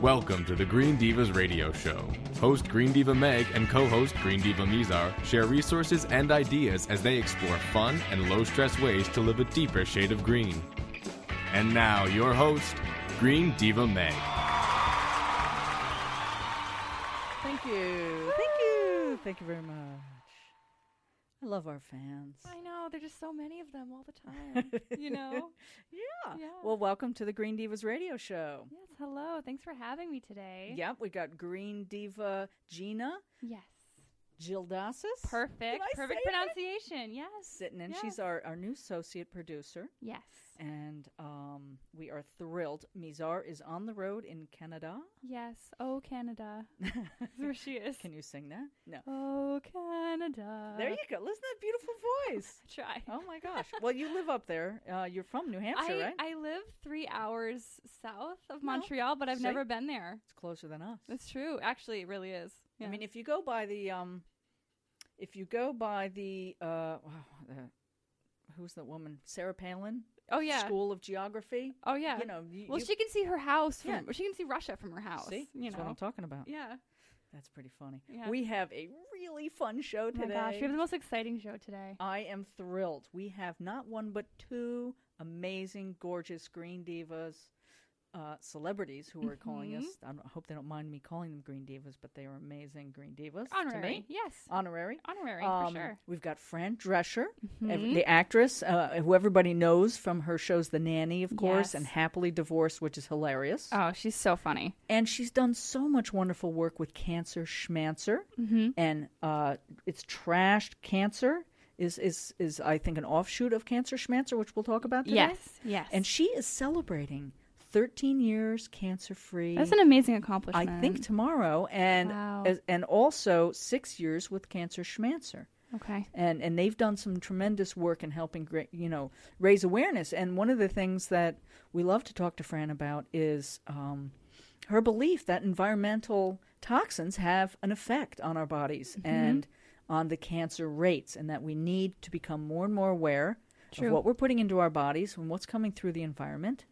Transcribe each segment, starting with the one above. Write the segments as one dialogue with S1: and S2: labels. S1: Welcome to the Green Divas Radio Show. Host Green Diva Meg and co host Green Diva Mizar share resources and ideas as they explore fun and low stress ways to live a deeper shade of green. And now, your host, Green Diva Meg.
S2: Thank you. Thank you. Thank you very much. I love our fans.
S3: I know. There's just so many of them all the time. you know?
S2: Yeah.
S3: Yeah.
S2: Well, welcome to the Green Divas Radio Show.
S3: Yes. Hello. Thanks for having me today.
S2: Yep, we got Green Diva Gina
S3: Yes.
S2: Gildasis. Did
S3: Perfect.
S2: I
S3: Perfect
S2: say that?
S3: pronunciation. Yes.
S2: Sitting in.
S3: Yes.
S2: She's our, our new associate producer.
S3: Yes.
S2: And um, we are thrilled. Mizar is on the road in Canada.
S3: Yes. Oh, Canada. That's where she is.
S2: Can you sing that? No.
S3: Oh, Canada.
S2: There you go. Listen to that beautiful voice.
S3: Try.
S2: Oh my gosh. Well, you live up there. Uh, you're from New Hampshire,
S3: I,
S2: right?
S3: I live three hours south of
S2: Well,
S3: Montreal, but I've
S2: see?
S3: never been there.
S2: it's closer than us.
S3: That's true. Actually, it really is.
S2: I
S3: Yeah.
S2: mean, if you go by the, um, if you go by the, uh, wow, the, who's the woman? Sarah Palin.
S3: oh yeah.
S2: School of Geography.
S3: Oh yeah.
S2: You know. You,
S3: well,
S2: you-
S3: she can see her house. From,
S2: Yeah.
S3: She can see Russia from her house.
S2: See,
S3: You
S2: that's
S3: know.
S2: what I'm talking about.
S3: yeah.
S2: That's pretty funny.
S3: Yeah.
S2: We have a really fun show
S3: Oh my
S2: today.
S3: gosh, we have the most exciting show today.
S2: I am thrilled. We have not one but two amazing, gorgeous green divas, uh, celebrities who are calling
S3: Mm-hmm.
S2: us. I, don't, I hope they don't mind me calling them green divas, but they are amazing green divas to
S3: Honorary.
S2: me.
S3: Yes.
S2: Honorary.
S3: Uh, Honorary,
S2: Um,
S3: for sure. Mm-hmm.
S2: We've got Fran Drescher, ev- the actress uh, who everybody knows from her shows The Nanny, of course,
S3: Yes.
S2: and Happily Divorced, which is hilarious.
S3: Oh, she's so funny.
S2: and she's done so much wonderful work with Cancer Schmancer,
S3: Mm-hmm.
S2: and uh, it's trashed cancer. Is, is is I think an offshoot of Cancer Schmancer, which we'll talk about today.
S3: Yes, yes.
S2: And she is celebrating 13 years cancer free.
S3: That's an amazing accomplishment.
S2: I think tomorrow, and
S3: Wow.
S2: as, and also six years with Cancer Schmancer
S3: okay.
S2: and and they've done some tremendous work in helping gra- you know raise awareness. And one of the things that we love to talk to Fran about is um, her belief that environmental toxins have an effect on our bodies and on the cancer rates, and that we need to become more and more aware
S3: True.
S2: of what we're putting into our bodies and what's coming through the environment.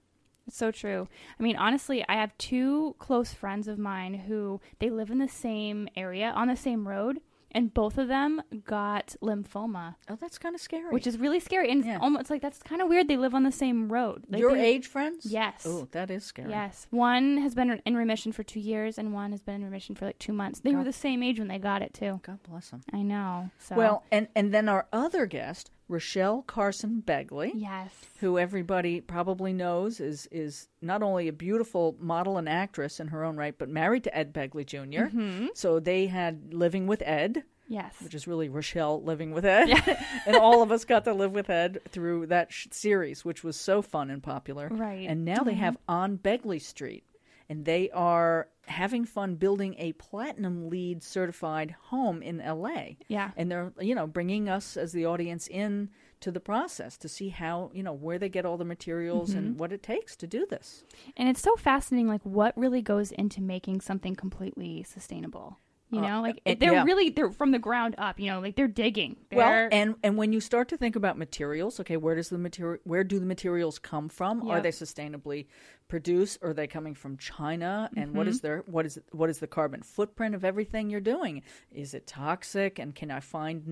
S3: It's so true. I mean, honestly, I have two close friends of mine who they live in the same area on the same road, and both of them got lymphoma,
S2: Oh, that's kind of scary.
S3: which is really scary. And
S2: Yeah.
S3: it's almost like that's kind of weird. They live on the same road. Like,
S2: your
S3: they-
S2: age friends?
S3: Yes.
S2: Oh, that is scary.
S3: Yes, one has been in remission for two years, and one has been in remission for like two months. They were
S2: God.
S3: the same age when they got it too.
S2: God bless them.
S3: I know. So
S2: Well, and and then our other guest, Rochelle Carson Begley.
S3: yes,
S2: who everybody probably knows is is not only a beautiful model and actress in her own right, but married to Ed Begley junior So they had living with Ed,
S3: yes.
S2: which is really Rochelle living with Ed, and all of us got to live with Ed through that sh- series, which was so fun and popular.
S3: Right.
S2: And now they have on Begley Street, and they are having fun building a platinum lead certified home in L.A
S3: Yeah.
S2: and they're you know bringing us as the audience in to the process to see how you know where they get all the materials
S3: Mm-hmm.
S2: and what it takes to do this
S3: And it's so fascinating, like what really goes into making something completely sustainable. You
S2: Uh,
S3: know, like
S2: it-
S3: they're
S2: yeah.
S3: really they're from the ground up. You know, like they're digging.
S2: well
S3: They're-
S2: and and when you start to think about materials okay where does the material where do the materials come from are
S3: Yep.
S2: they sustainably produced are they coming from china and what
S3: Mm-hmm.
S2: is their what is what is the carbon footprint of everything you're doing is it toxic and can i find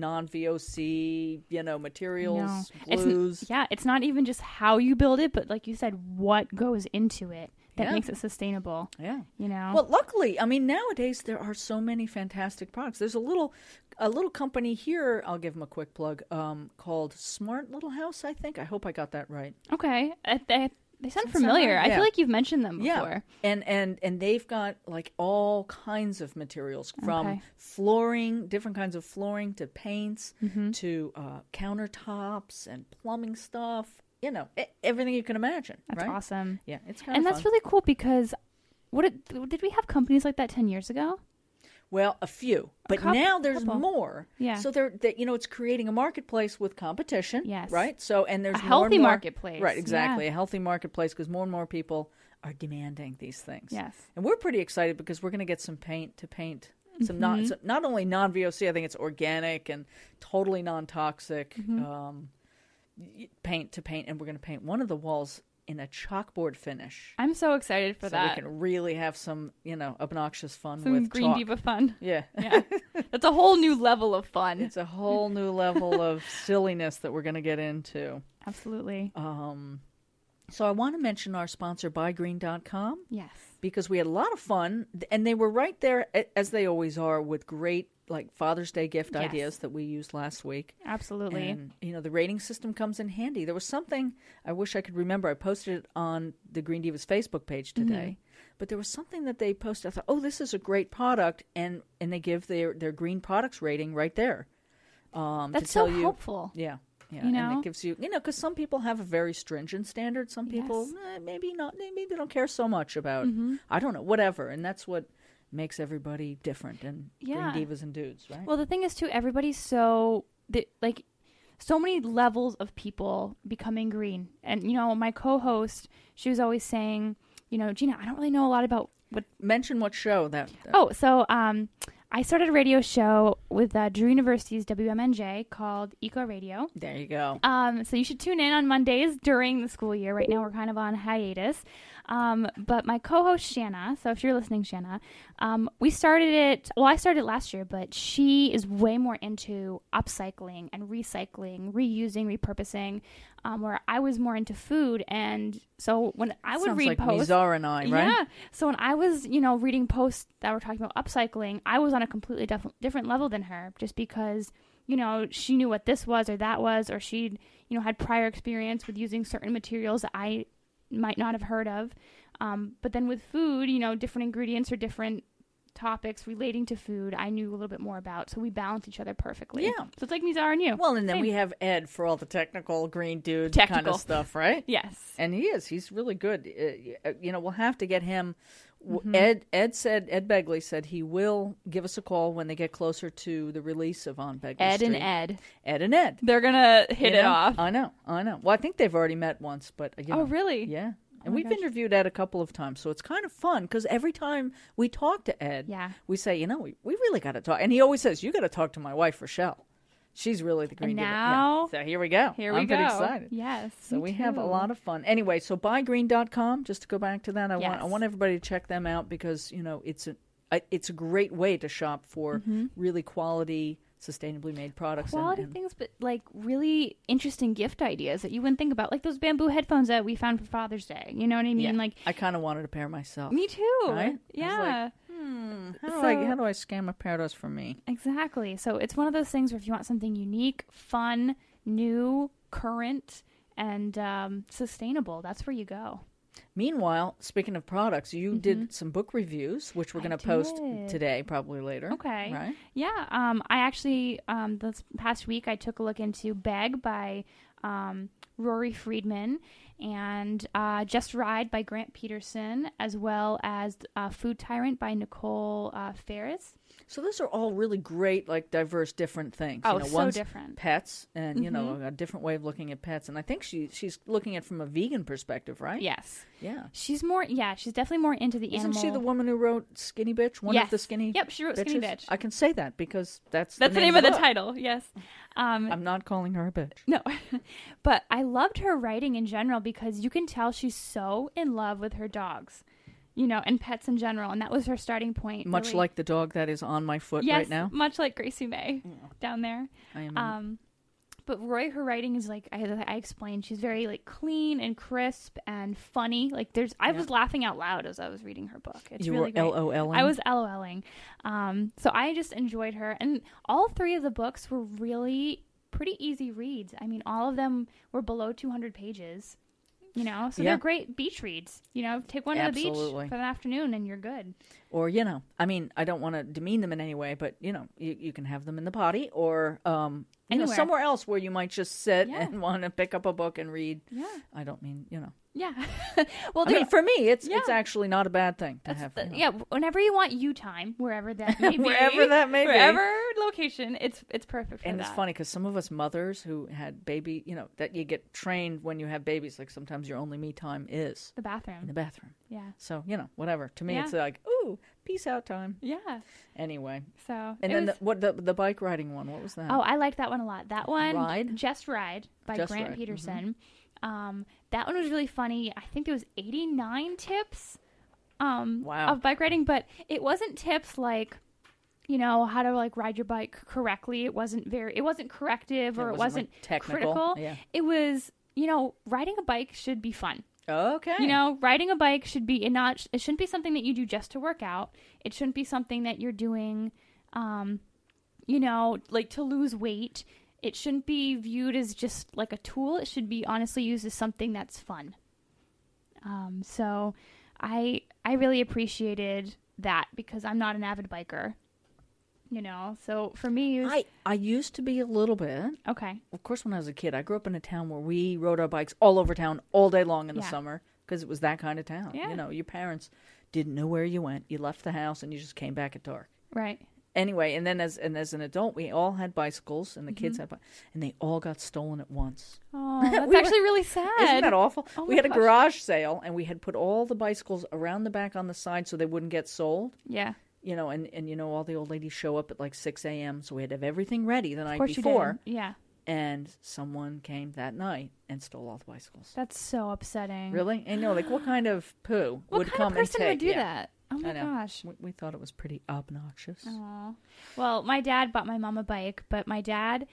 S2: non-voc you know
S3: you know.
S2: materials
S3: It's n-
S2: glues
S3: yeah, it's not even just how you build it, but like you said, what goes into it that
S2: Yeah.
S3: makes it sustainable.
S2: yeah
S3: You know,
S2: Well, luckily, I mean, nowadays there are so many fantastic products. There's a little, a little company here. I'll give them a quick plug. Um, called Smart Little House. I think. I hope I got that right.
S3: okay, I, they, they sound
S2: Does that sound
S3: familiar.
S2: right?
S3: I
S2: Yeah.
S3: feel like you've mentioned them before.
S2: And and and they've got like all kinds of materials from
S3: Okay.
S2: flooring, different kinds of flooring to paints
S3: Mm-hmm.
S2: to uh, countertops and plumbing stuff. You know, e- everything you can imagine.
S3: That's
S2: right?
S3: awesome,
S2: Yeah, it's kind of
S3: and that's really cool because what it, did we have companies like that ten years ago?
S2: Well, a few, but
S3: coup-
S2: now there's
S3: couple.
S2: more.
S3: Yeah.
S2: So there, that you know, it's creating a marketplace with competition.
S3: Yes.
S2: Right. So and there's
S3: A
S2: more
S3: healthy
S2: and more-
S3: marketplace.
S2: Right. Exactly. A healthy marketplace because more and more people are demanding these things.
S3: Yes.
S2: And we're pretty excited because we're going to get some paint to paint some
S3: Mm-hmm.
S2: non so not only non VOC. I think it's organic and
S3: Mm-hmm.
S2: totally non toxic um, y- paint to paint, and we're going to paint one of the walls in a chalkboard finish.
S3: I'm so excited for
S2: so
S3: that.
S2: we can really have some, you know, obnoxious fun
S3: Some
S2: with
S3: Green
S2: chalk.
S3: Diva fun.
S2: Yeah.
S3: Yeah. That's a whole new level of fun.
S2: It's a whole new level of silliness that we're going to get into.
S3: Absolutely.
S2: Um, so I want to mention our sponsor, buygreen.com,
S3: Yes.
S2: because we had a lot of fun, and they were right there, a- as they always are, with great like Father's Day gift
S3: Yes.
S2: ideas that we used last week.
S3: Absolutely.
S2: And you know the rating system comes in handy. There was something I wish I could remember. I posted it on the Green Divas Facebook page today, but there was something that they posted. I thought, oh, this is a great product, and and they give their their green products rating right there. Um,
S3: That's
S2: to
S3: so
S2: tell you,
S3: helpful.
S2: Yeah, yeah,
S3: You
S2: and
S3: know?
S2: it gives you you know because some people have a very stringent standard. Some people eh, maybe not. they- Maybe they don't care so much about.
S3: Mm-hmm.
S2: I don't know, whatever, and that's what makes everybody different and
S3: Yeah.
S2: green divas and dudes, right?
S3: Well, the thing is, too, everybody's so the, like so many levels of people becoming green. And you know, my co-host, she was always saying, you know, Gina, I don't really know a lot about what.
S2: Mention what show that. that
S3: Oh, so um, I started a radio show with uh, Drew University's WMNJ called Eco Radio.
S2: There you go.
S3: Um, so you should tune in on Mondays during the school year. Right now we're kind of on hiatus. Um, but my co-host Shanna, so if you're listening, Shanna, um, we started it. Well, I started it last year, but she is way more into upcycling and recycling, reusing, repurposing. Um, where I was more into food, and so when I would
S2: Sounds
S3: read
S2: like
S3: posts,
S2: Mizar and I, right?
S3: yeah. So when I was, you know, reading posts that were talking about upcycling, I was on a completely def- different level than her just because, you know, she knew what this was or that was, or she'd, you know, had prior experience with using certain materials that I might not have heard of. Um, but then with food, you know, different ingredients or different topics relating to food, I knew a little bit more about. So we balance each other perfectly.
S2: Yeah.
S3: So it's like Mizar and you.
S2: Well, and then
S3: Same.
S2: we have Ed for all the technical green dude kind
S3: Technical.
S2: of stuff, right?
S3: yes.
S2: And he is. He's really good. Uh, you know, we'll have to get him. w
S3: Mm-hmm.
S2: Ed Ed said Ed Begley said he will give us a call when they get closer to the release of On Begley
S3: Ed and
S2: Street.
S3: Ed.
S2: Ed and Ed.
S3: They're going to hit
S2: You
S3: it
S2: know?
S3: off.
S2: I know. I know. Well, I think they've already met once, but uh, you
S3: Oh,
S2: know,
S3: really?
S2: Yeah. And
S3: my
S2: we've
S3: gosh.
S2: interviewed Ed a couple of times, so it's kind of fun because every time we talk to Ed,
S3: Yeah.
S2: we say, you know, we, we really got to talk. And he always says, you got to talk to my wife, Rochelle. She's really the green diva." Yeah.
S3: now-
S2: So here we go.
S3: Here we
S2: I'm
S3: go.
S2: pretty excited.
S3: Yes.
S2: So we have a lot of fun. Anyway, so buygreen.com, just to go back to that, I want I
S3: Yes.
S2: want everybody to check them out because, you know, it's a I- it's a great way to shop for really quality, sustainably made products. and-
S3: Mm-hmm. quality
S2: and-
S3: things, but like really interesting gift ideas that you wouldn't think about, like those bamboo headphones that we found for Father's Day. You know what I mean?
S2: yeah.
S3: Like
S2: I kind of wanted a pair myself.
S3: me too.
S2: Right? I was like,
S3: Yeah,
S2: How do I
S3: So-
S2: how do I scam a paradise for me?
S3: exactly. So it's one of those things where if you want something unique, fun, new, current, and um, sustainable, that's where you go.
S2: Meanwhile, speaking of products, you did some book reviews, which we're
S3: Mm-hmm. I
S2: going to post
S3: did.
S2: today, probably later.
S3: Okay.
S2: Right?
S3: Yeah. Um, I actually um, this past week I took a look into Beg by um, Rory Friedman and uh, Just Ride by Grant Peterson, as well as uh, Food Tyrant by Nicole uh, Ferris.
S2: So those are all really great, like diverse, different things.
S3: Oh,
S2: you know,
S3: so
S2: one's
S3: different.
S2: Pets, and you
S3: Mm-hmm.
S2: know, a different way of looking at pets. And I think she she's looking at it from a vegan perspective, right?
S3: Yes,
S2: Yeah.
S3: she's more. Yeah, she's definitely more into the
S2: Isn't
S3: animal.
S2: she the woman who wrote Skinny Bitch? One of
S3: Yes.
S2: the skinny.
S3: Yep, she wrote Skinny
S2: bitches?
S3: Bitch.
S2: I can say that because that's
S3: That's the name, of the
S2: book.
S3: title. Yes. Um,
S2: I'm not calling her a bitch.
S3: No, but I loved her writing in general because you can tell she's so in love with her dogs, you know, and pets in general, and that was her starting point.
S2: Much
S3: really.
S2: like the dog that is on my foot
S3: yes,
S2: right now. Mm-hmm.
S3: much like Gracie May down there.
S2: I am.
S3: Um, but Roy, her writing is like I, I explained. She's very like clean and crisp and funny. Like there's, I was laughing out loud as I was reading her book. It's
S2: You
S3: really
S2: were LOLing?
S3: I was LOLing. Um, so I just enjoyed her, and all three of the books were really pretty easy reads. I mean, all of them were below 200 pages. You know, so
S2: Yeah.
S3: they're great beach reads. You know, take one to the
S2: Absolutely.
S3: beach for the afternoon, and you're good.
S2: or you know i mean i don't want to demean them in any way but you know you, you can have them in the potty or um you know
S3: Anywhere.
S2: somewhere else where you might just sit
S3: Yeah.
S2: and want to pick up a book and read
S3: Yeah,
S2: i don't mean you know
S3: yeah. well,
S2: i mean for me it's
S3: Yeah.
S2: it's actually not a bad thing to have
S3: That's
S2: you
S3: the-
S2: know.
S3: yeah, whenever you want you time, wherever that may be,
S2: Wherever that may be.
S3: wherever location, it's it's perfect for
S2: and
S3: that.
S2: it's funny because some of us mothers who had baby you know that you get trained when you have babies like sometimes your only me time is
S3: The
S2: in the
S3: bathroom,
S2: bathroom
S3: yeah,
S2: so you know whatever to me
S3: Yeah.
S2: it's like ooh peace out time
S3: yeah.
S2: anyway
S3: So
S2: and
S3: it
S2: then
S3: was-
S2: the, what the, the bike riding one what was that
S3: oh, I liked that one a lot. That one,
S2: Oh. Ride?
S3: just ride by
S2: Just
S3: Grant
S2: Ride, mm-hmm.
S3: Peterson. Um, that one was really funny. I think there was 89 tips um,
S2: Wow.
S3: of bike riding, but it wasn't tips like you know how to like ride your bike correctly. It wasn't very. It wasn't corrective or
S2: It
S3: it
S2: wasn't,
S3: wasn't,
S2: like, technical.
S3: critical.
S2: Yeah.
S3: It was you know riding a bike should be fun.
S2: Okay.
S3: You know, riding a bike should be and not. It shouldn't be something that you do just to work out. It shouldn't be something that you're doing, um, you know, like to lose weight. It shouldn't be viewed as just like a tool. It should be honestly used as something that's fun. Um, so, I I really appreciated that because I'm not an avid biker. You know, so for me, it was,
S2: I, I used to be a little bit.
S3: okay,
S2: Of course, when I was a kid, I grew up in a town where we rode our bikes all over town all day long in the
S3: Yeah.
S2: summer because it was that kind of town.
S3: Yeah.
S2: You know, your parents didn't know where you went. You left the house and you just came back at dark.
S3: right,
S2: Anyway, and then as and as an adult, we all had bicycles, and the kids
S3: Mm-hmm.
S2: had, bi- and they all got stolen at once.
S3: oh, that's
S2: We were-
S3: actually really sad.
S2: Isn't that awful?
S3: Oh
S2: we
S3: my
S2: had a
S3: gosh.
S2: garage sale, and we had put all the bicycles around the back on the side so they wouldn't get sold.
S3: Yeah,
S2: You know, and, and you know, all the old ladies show up at like six a.m., so we had to have everything ready the
S3: of
S2: night
S3: course
S2: before.
S3: you did. Yeah,
S2: And someone came that night and stole all the bicycles.
S3: that's so upsetting.
S2: Really? And no, like what kind of poo
S3: What
S2: would
S3: kind
S2: come
S3: of person
S2: and take?
S3: would do
S2: yeah.
S3: that? Oh my
S2: I know.
S3: gosh.
S2: We, we thought it was pretty obnoxious.
S3: Aw. Well, my dad bought my mom a bike, but my dad,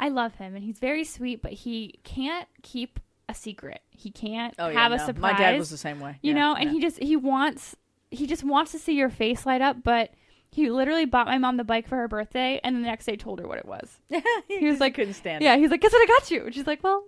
S3: I love him and he's very sweet, but he can't keep a secret. He can't
S2: Oh, yeah,
S3: have a
S2: no.
S3: surprise.
S2: My dad was the same way.
S3: you
S2: Yeah,
S3: know, and
S2: yeah.
S3: he just he wants he just wants to see your face light up, but he literally bought my mom the bike for her birthday and the next day told her what it was.
S2: he,
S3: was
S2: just
S3: like-
S2: couldn't stand
S3: yeah,
S2: it.
S3: he's like, "Guess what I got you?" And She's like, "Well,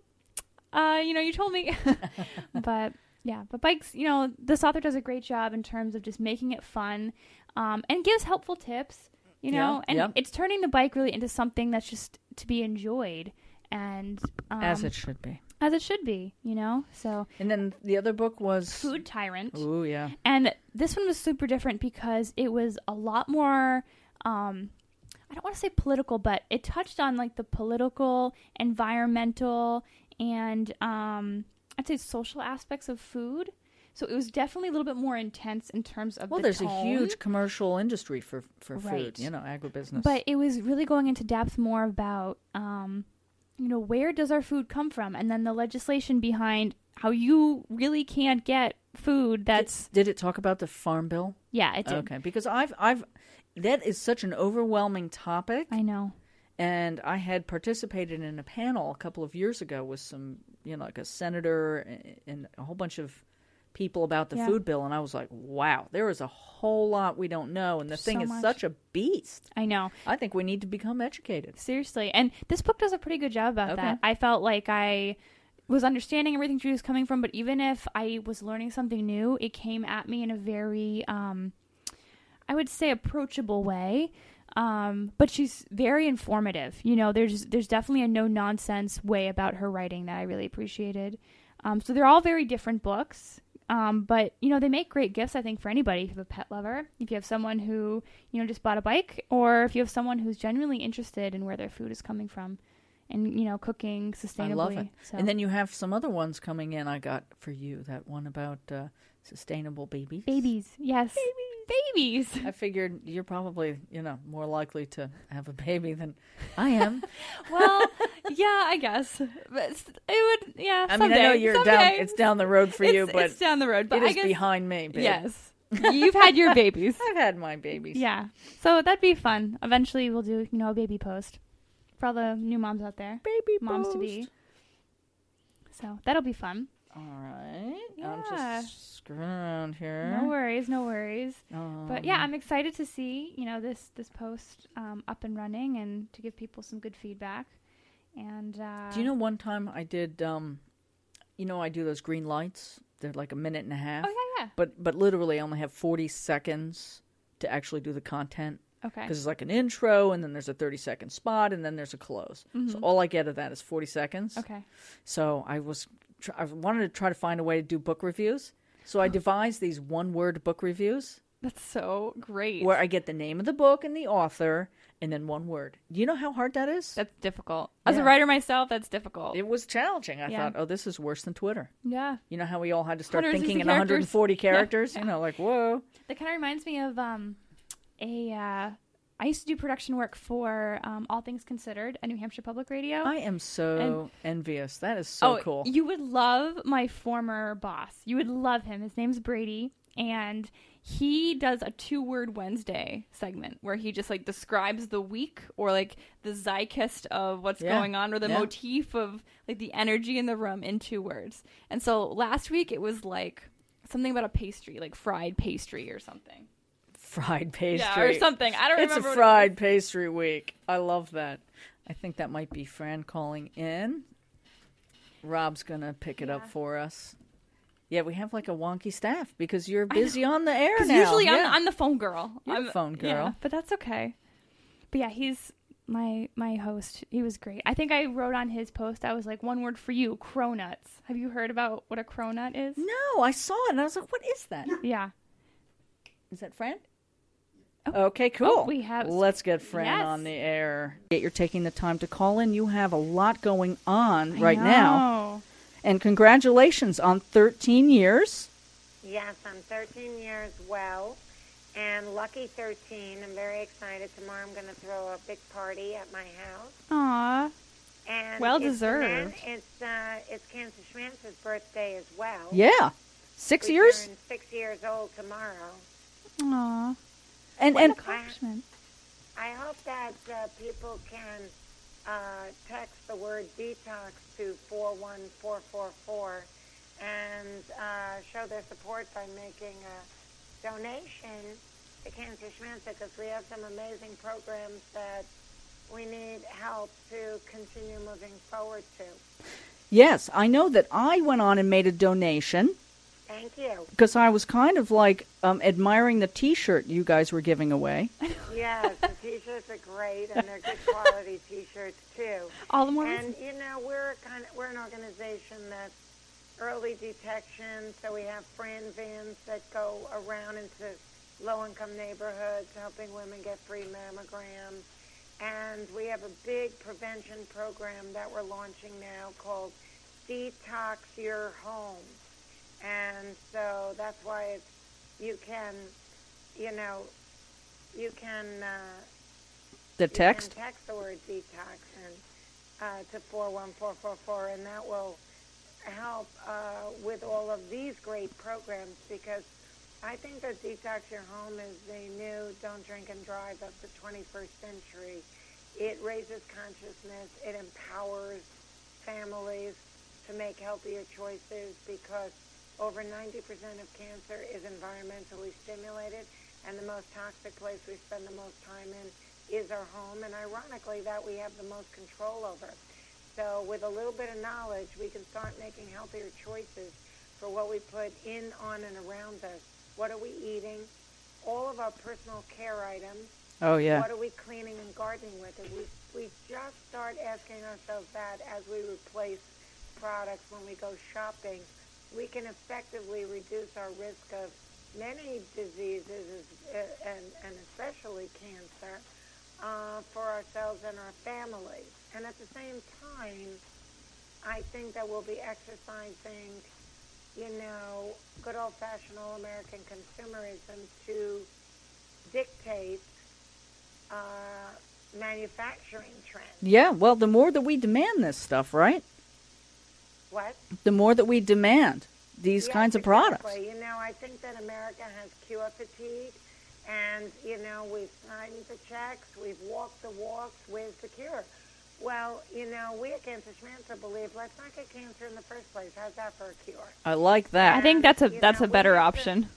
S3: uh, you know, you told me." but yeah, but bikes, you know, this author does a great job in terms of just making it fun, um, and gives helpful tips. You
S2: Yeah,
S3: know, and
S2: yeah.
S3: it's turning the bike really into something that's just to be enjoyed and um,
S2: as it should be.
S3: as it should be. You know, so
S2: And then the other book was
S3: food tyrant.
S2: Ooh, yeah.
S3: And this one was super different because it was a lot more. Um, I don't want to say political, but it touched on like the political, environmental, and um, I'd say social aspects of food. So it was definitely a little bit more intense in terms of
S2: Well,
S3: the
S2: there's a
S3: tone,
S2: huge commercial industry for for
S3: Right.
S2: food, you know, agribusiness.
S3: but it was really going into depth more about um, you know where does our food come from, and then the legislation behind how you really can't get food that's
S2: did it talk about the farm bill?
S3: yeah it did.
S2: Okay, because I've I've that is such an overwhelming topic,
S3: I know
S2: and I had participated in a panel a couple of years ago with some, you know, like a senator a- and a whole bunch of people about the
S3: Yeah.
S2: food bill, and I was like, wow, there is a whole lot we don't know, and the
S3: There's
S2: thing
S3: so
S2: is
S3: much.
S2: such a beast.
S3: I know
S2: I think we need to become educated.
S3: Seriously. And this book does a pretty good job about
S2: Okay.
S3: that. I felt like I was understanding everything she was coming from, but even if I was learning something new, it came at me in a very, um, I would say, approachable way. Um, but she's very informative. You know, there's there's definitely a no nonsense way about her writing that I really appreciated. Um, so they're all very different books. Um, but you know they make great gifts. I think for anybody, if you have a pet lover, if you have someone who you know just bought a bike, or if you have someone who's genuinely interested in where their food is coming from, and you know cooking sustainably.
S2: I love it.
S3: So.
S2: And then you have some other ones coming in. I got for you that one about uh, sustainable babies.
S3: babies, yes, babies,
S2: I figured you're probably, you know, more likely to have a baby than I am.
S3: well, yeah, I guess but s- it would. Yeah,
S2: I mean,
S3: someday,
S2: I know you're down.
S3: someday.
S2: It's down the road for you,
S3: It's-
S2: but
S3: it's down the road. But
S2: it
S3: I
S2: is
S3: guess
S2: behind me. Babe.
S3: yes, you've had your babies.
S2: I've had my babies.
S3: Yeah, so that'd be fun. Eventually, we'll do you know a baby post for all the new moms out there.
S2: baby
S3: moms to be.
S2: post.
S3: So that'll be fun.
S2: All right, I'm
S3: Yeah.
S2: just screwing around here.
S3: No worries, no worries. But yeah,
S2: Um,
S3: I'm excited to see you know this this post um, up and running and to give people some good feedback. And uh,
S2: do you know one time I did? um You know, I do those green lights. They're like a minute and a half.
S3: Oh yeah,
S2: But but literally, I only have 40 seconds to actually do the content.
S3: yeah. Okay.
S2: because it's like an intro and then there's a 30 second spot and then there's a close so all i get of that is 40 seconds
S3: Mm-hmm. Okay.
S2: so i was tr- i wanted to try to find a way to do book reviews so i devised these one word book reviews
S3: That's so great.
S2: where i get the name of the book and the author and then one word you know how hard that is
S3: that's difficult. As a
S2: Yeah.
S3: writer myself, that's difficult.
S2: it was challenging i
S3: Yeah.
S2: thought oh this is worse than twitter
S3: yeah.
S2: you know how we all had to start
S3: 160
S2: thinking in
S3: characters.
S2: 140
S3: Yeah.
S2: characters you know like whoa
S3: That kind of reminds me of um, a uh, I used to do production work for um, All Things Considered, a New Hampshire public radio.
S2: I am so envious. That is so
S3: oh,
S2: cool.
S3: You would love my former boss. You would love him. His name's Brady, and he does a two word Wednesday segment where he just like describes the week or like the zeitgeist of what's
S2: Yeah.
S3: going on or the
S2: Yeah.
S3: motif of like the energy in the room in two words. And so last week it was like something about a pastry, like fried pastry or something.
S2: fried pastry.
S3: Yeah, or something. I don't
S2: It's a
S3: remember. what it
S2: fried pastry week. I love that. I think that might be Fran calling in. Rob's going to pick it up for us. Yeah, we have like a wonky staff because you're busy on the air
S3: Because
S2: now.
S3: usually
S2: Yeah.
S3: I'm, I'm the phone girl.
S2: You're the
S3: I'm,
S2: phone
S3: yeah,
S2: girl.
S3: but that's okay. But yeah, he's my my host. He was great. I think I wrote on his post. I was like, one word for you, cronuts. Have you heard about what a cronut is?
S2: No, I saw it and I was like, what is that?
S3: Yeah.
S2: Is that Fran? Okay, cool.
S3: Oh, we have-
S2: Let's get Fran
S3: Yes.
S2: on the air. You're taking the time to call in. You have a lot going on
S3: I
S2: right now.
S3: know.
S2: And congratulations on 13 years.
S4: Yes, I'm 13 years well and lucky 13. I'm very excited. Tomorrow I'm going to throw a big party at my house.
S3: Aw.
S4: And
S3: Well
S4: it's the man-
S3: deserved.
S4: It's uh, it's Kansas Schmantz's birthday as well.
S2: Yeah. Six
S4: We
S2: years?
S4: turn Six years old tomorrow.
S3: Aw.
S2: And,
S3: What an
S2: and
S3: accomplishment.
S4: I hope that uh, people can uh, text the word detox to 41444 and uh, show their support by making a donation to Cancer Schmanza because we have some amazing programs that we need help to continue moving forward to.
S2: Yes, I know that I went on and made a donation
S4: Thank you.
S2: because I was kind of like um, admiring the T-shirt you guys were giving away.
S4: Yes, the t-shirts are great and they're good quality t-shirts too.
S3: All the more
S4: And
S3: reason.
S4: you know, we're a kind of, we're an organization that's early detection, so we have Fran vans that go around into low income neighborhoods helping women get free mammograms. And we have a big prevention program that we're launching now called Detox Your Home. And so that's why it's, you can, you know, you can uh,
S2: The
S4: you can
S2: text.
S4: text the word detox and uh, to 41444, and that will help uh, with all of these great programs because I think that Detox Your Home is the new Don't Drink and Drive of the 21st century. It raises consciousness. It empowers families to make healthier choices because over 90% of cancer is environmentally stimulated, and the most toxic place we spend the most time in is our home, and ironically, that we have the most control over. So, with a little bit of knowledge, we can start making healthier choices for what we put in, on, and around us. What are we eating? All of our personal care items.
S2: Oh yeah.
S4: What are we cleaning and gardening with? And we, we just start asking ourselves that as we replace products when we go shopping. We can effectively reduce our risk of many diseases as- uh, and, and especially cancer uh, for ourselves and our families. And at the same time, I think that we'll be exercising, you know, good old-fashioned all-American consumerism to dictate uh, manufacturing trends.
S2: Yeah. Well, the more that we demand this stuff, right?
S4: What?
S2: The more that we demand these
S4: Yes,
S2: kinds of
S4: exactly.
S2: products.
S4: You know, I think that America has cure fatigue, and you know, we've signed the checks, we've walked the walks. Where's the cure? Well, you know, we at Cancer Schmancer believe let's not get cancer in the first place. How's that for a cure?
S2: I like
S3: I
S2: that.
S3: think that's a
S4: You
S3: that's
S4: know,
S3: a
S4: we
S3: better
S4: have to-
S3: option.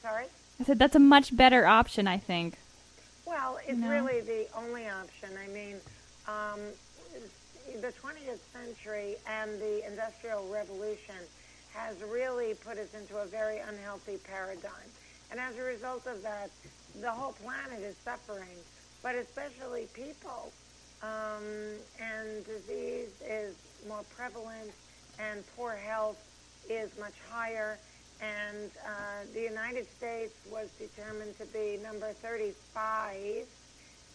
S4: Sorry.
S3: I said that's a much better option. I think.
S4: Well, it's
S3: No.
S4: really the only option. I mean, um, the 20th century and the Industrial Revolution has really put us into a very unhealthy paradigm. And as a result of that, the whole planet is suffering, but especially people. Um, and disease is more prevalent, and poor health is much higher, and uh, the United States was determined to be number 35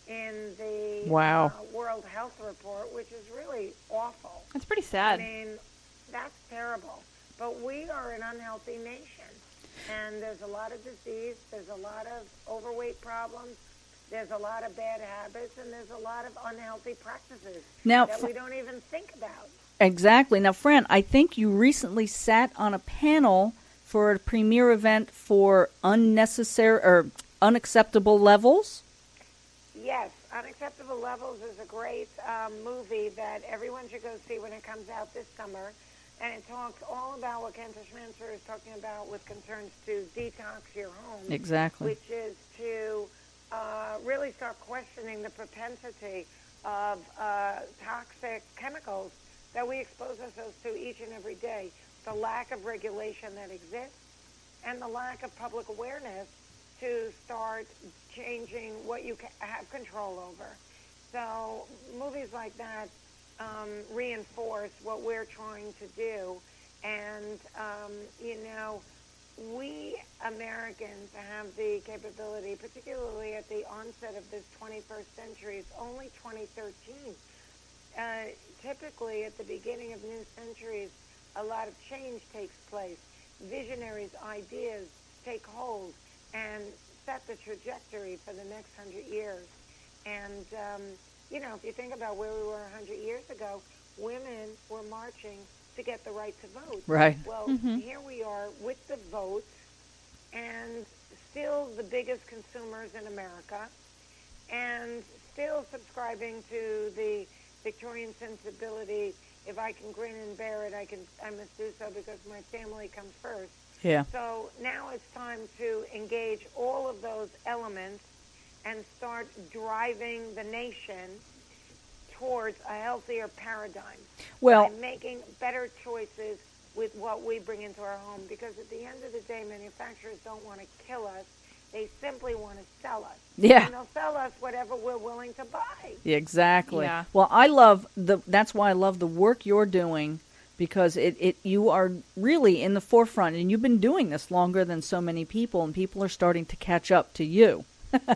S4: in the
S2: Wow.
S4: uh, World Health Report, which is really awful.
S3: That's pretty
S4: I
S3: sad.
S4: mean, that's terrible. But we are an unhealthy nation, and there's a lot of disease, there's a lot of overweight problems, There's a lot of bad habits and there's a lot of unhealthy practices
S2: Now,
S4: that
S2: Fr-
S4: we don't even think about.
S2: Exactly. Now, Fran, I think you recently sat on a panel for a premier event for unnecessary or unacceptable levels.
S4: Yes, Unacceptable Levels is a great um, movie that everyone should go see when it comes out this summer. And it talks all about what Kenta Schmancer is talking about with concerns to detox your home,
S2: Exactly.
S4: which is to uh, really start questioning the propensity of uh, toxic chemicals that we expose ourselves to each and every day, the lack of regulation that exists, and the lack of public awareness to start changing what you ca- have control over. So movies like that um, reinforce what we're trying to do, and um, you know, we Americans have the capability, particularly at the onset of this 21st century. It's only 2013 uh, typically at the beginning of new centuries, a lot of change takes place. Visionaries' ideas take hold and set the trajectory for the next hundred years. And um, you know, if you think about where we were a hundred years ago, women were marching to get the right to vote.
S2: Right.
S4: Well, here we are with the vote, and still the biggest consumers in America and still subscribing to the Victorian sensibility. If I can grin and bear it, I can. I must do so because my family comes first.
S2: Yeah.
S4: So now it's time to engage all of those elements and start driving the nation towards a healthier paradigm
S2: Well,
S4: by making better choices with what we bring into our home. Because at the end of the day, manufacturers don't want to kill us; they simply want to sell us.
S2: Yeah.
S4: and they'll sell us whatever we're willing to buy.
S2: Exactly.
S3: Yeah.
S2: Well, I love the. That's why I love the work you're doing because it, it you are really in the forefront and you've been doing this longer than so many people and people are starting to catch up to you.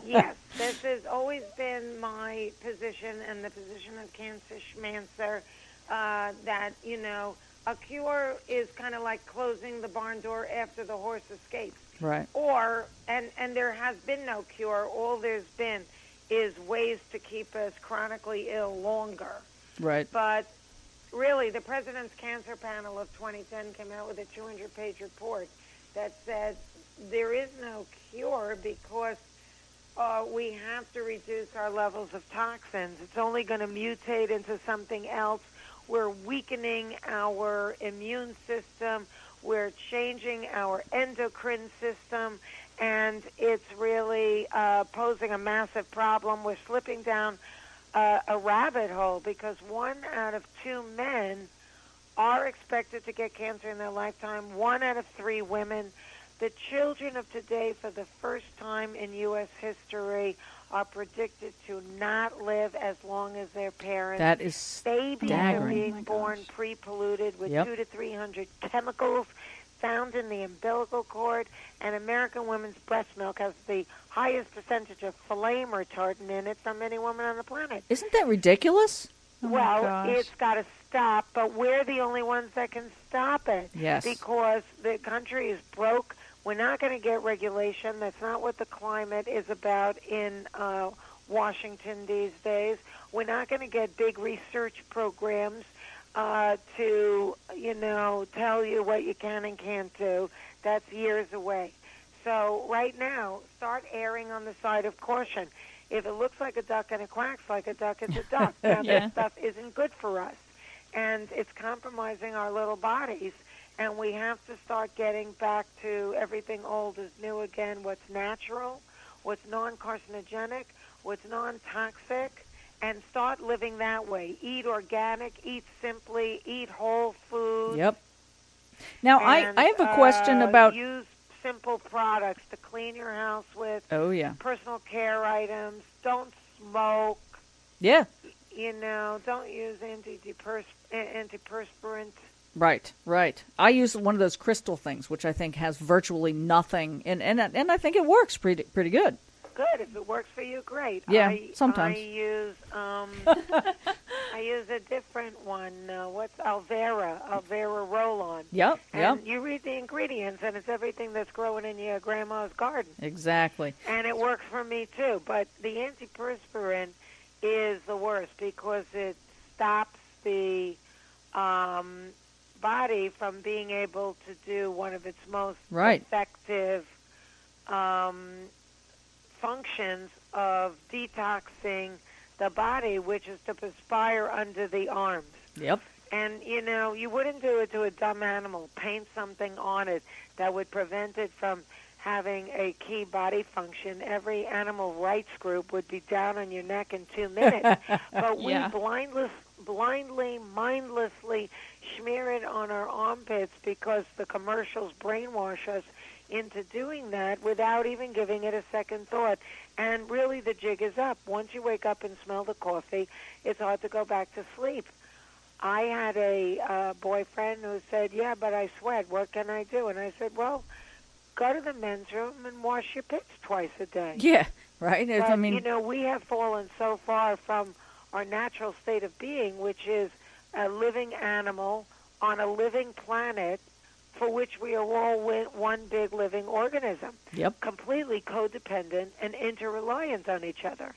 S4: yes, this has always been my position and the position of Kansas Schmancer uh, that, you know, a cure is kind of like closing the barn door after the horse escapes.
S2: Right.
S4: Or, and, and there has been no cure. All there's been is ways to keep us chronically ill longer.
S2: Right.
S4: But really, the President's Cancer Panel of 2010 came out with a 200 page report that said there is no cure because uh, we have to reduce our levels of toxins. It's only going to mutate into something else. We're weakening our immune system. We're changing our endocrine system, and it's really uh, posing a massive problem. We're slipping down uh, a rabbit hole because one out of two men are expected to get cancer in their lifetime, one out of three women. The children of today, for the first time in U.S. history, are predicted to not live as long as their parents.
S2: That is
S4: Babies are
S2: staggering.
S4: being
S3: Oh my
S4: born
S3: gosh.
S4: pre-polluted with
S2: Yep.
S4: two to three hundred chemicals found in the umbilical cord, and American women's breast milk has the highest percentage of flame retardant in it from any woman on the planet.
S2: Isn't that ridiculous?
S3: Oh my
S4: well,
S3: gosh.
S4: it's got to stop, but we're the only ones that can stop it.
S2: Yes.
S4: Because the country is broke. We're not going to get regulation. That's not what the climate is about in uh, Washington these days. We're not going to get big research programs uh, to, you know, tell you what you can and can't do. That's years away. So right now, start erring on the side of caution. If it looks like a duck and it quacks like a duck, it's a duck. Now
S3: Yeah.
S4: that stuff isn't good for us, and it's compromising our little bodies. And we have to start getting back to everything old is new again. What's natural, what's non-carcinogenic, what's non-toxic, and start living that way. Eat organic, eat simply, eat whole foods.
S2: Yep. Now
S4: and,
S2: Oh, I, I have a question
S4: uh,
S2: about
S4: use simple products to clean your house with
S2: Oh yeah.
S4: personal care items. Don't smoke.
S2: Yeah.
S4: You know, don't use antidepers- a- antiperspirant.
S2: Right, right. I use one of those crystal things, which I think has virtually nothing, and and and I think it works pretty pretty good.
S4: good. If it works for you, great.
S2: Yeah,
S4: I,
S2: sometimes.
S4: I use um, I use a different one. Uh, what's Alvera? Alvera roll-on.
S2: Yep, yep,
S4: And you read the ingredients, and it's everything that's growing in your grandma's garden.
S2: exactly.
S4: And it works for me too. But the antiperspirant is the worst because it stops the um, body from being able to do one of its most
S2: Right.
S4: effective um, functions of detoxing the body, which is to perspire under the arms.
S2: Yep.
S4: And you know, you wouldn't do it to a dumb animal. Paint something on it that would prevent it from having a key body function. Every animal rights group would be down on your neck in two minutes. but we
S3: Yeah.
S4: blindless, blindly, mindlessly smear it on our armpits because the commercials brainwash us into doing that without even giving it a second thought. And really, the jig is up. Once you wake up and smell the coffee, it's hard to go back to sleep. I had a uh, boyfriend who said, "Yeah, but I sweat. What can I do?" And I said, "Well, go to the men's room and wash your pits twice a day."
S2: Yeah. Right. I
S4: But,
S2: mean,
S4: you know, we have fallen so far from our natural state of being, which is a living animal on a living planet, for which we are all wi- one big living organism,
S2: yep.
S4: completely codependent and interreliant on each other.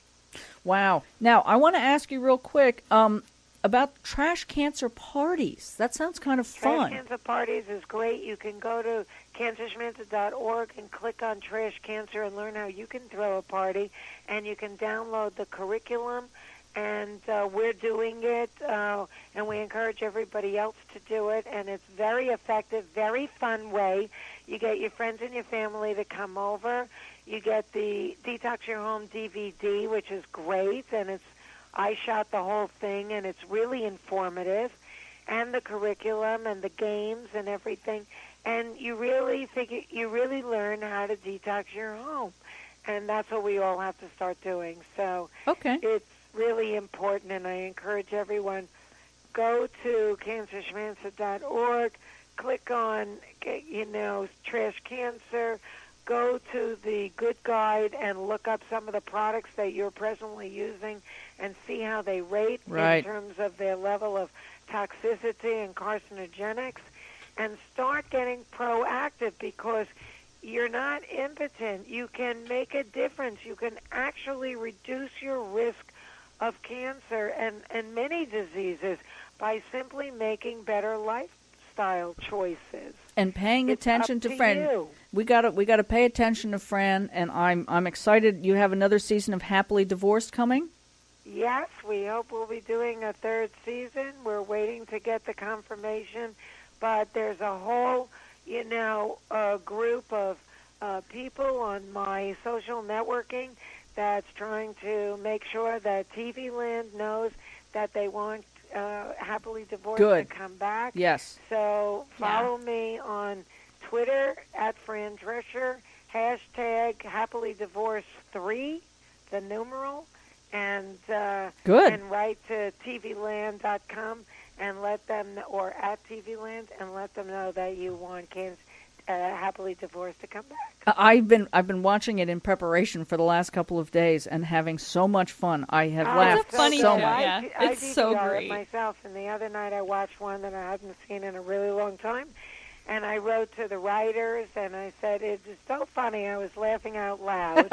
S2: Wow. Now, I want to ask you real quick um, about trash cancer parties. That sounds kind of
S4: Trash
S2: fun.
S4: Cancer Parties is great. You can go to cancerschmancer.org and click on Trash Cancer and learn how you can throw a party. And you can download the curriculum. And uh, we're doing it, uh, and we encourage everybody else to do it. And it's very effective, very fun way. You get your friends and your family to come over. You get the Detox Your Home DVD, which is great, and it's I shot the whole thing, and it's really informative and the curriculum and the games and everything and you really figure you really learn how to detox your home and that's what we all have to start doing so
S2: Okay.
S4: it's really important and i encourage everyone go to cancerschmancer.org click on get- you know trash cancer go to the good guide and look up some of the products that you're presently using and see how they rate
S2: Right.
S4: in terms of their level of toxicity and carcinogenics and start getting proactive because you're not impotent. You can make a difference. You can actually reduce your risk of cancer and, and many diseases by simply making better lifestyle choices.
S2: And paying
S4: It's
S2: attention
S4: up
S2: to
S4: to
S2: Fran.
S4: you.
S2: We got to we got to pay attention to Fran and I'm I'm excited you have another season of Happily Divorced coming.
S4: Yes, we hope we'll be doing a third season. We're waiting to get the confirmation, but there's a whole, you know, uh, group of uh, people on my social networking that's trying to make sure that TV Land knows that they want uh, happily divorced
S2: Good.
S4: to come back.
S2: Yes.
S4: So
S3: Yeah.
S4: follow me on Twitter at Fran Drescher, hashtag happily divorced three, the numeral, and uh,
S2: Good.
S4: and write to tvland.com and let them or at tvland and let them know that you want kids uh, happily divorced to come back.
S2: I- I've been I've been watching it in preparation for the last couple of days and having so much fun. I have
S4: Oh,
S2: laughed
S4: it's
S3: funny
S2: so
S3: show.
S2: much.
S4: I-
S3: Yeah,
S4: I
S3: it's so
S4: DVR it
S3: great.
S4: myself, and the other night I watched one that I hadn't seen in a really long time, and I wrote to the writers and I said it was so funny. I was laughing out loud.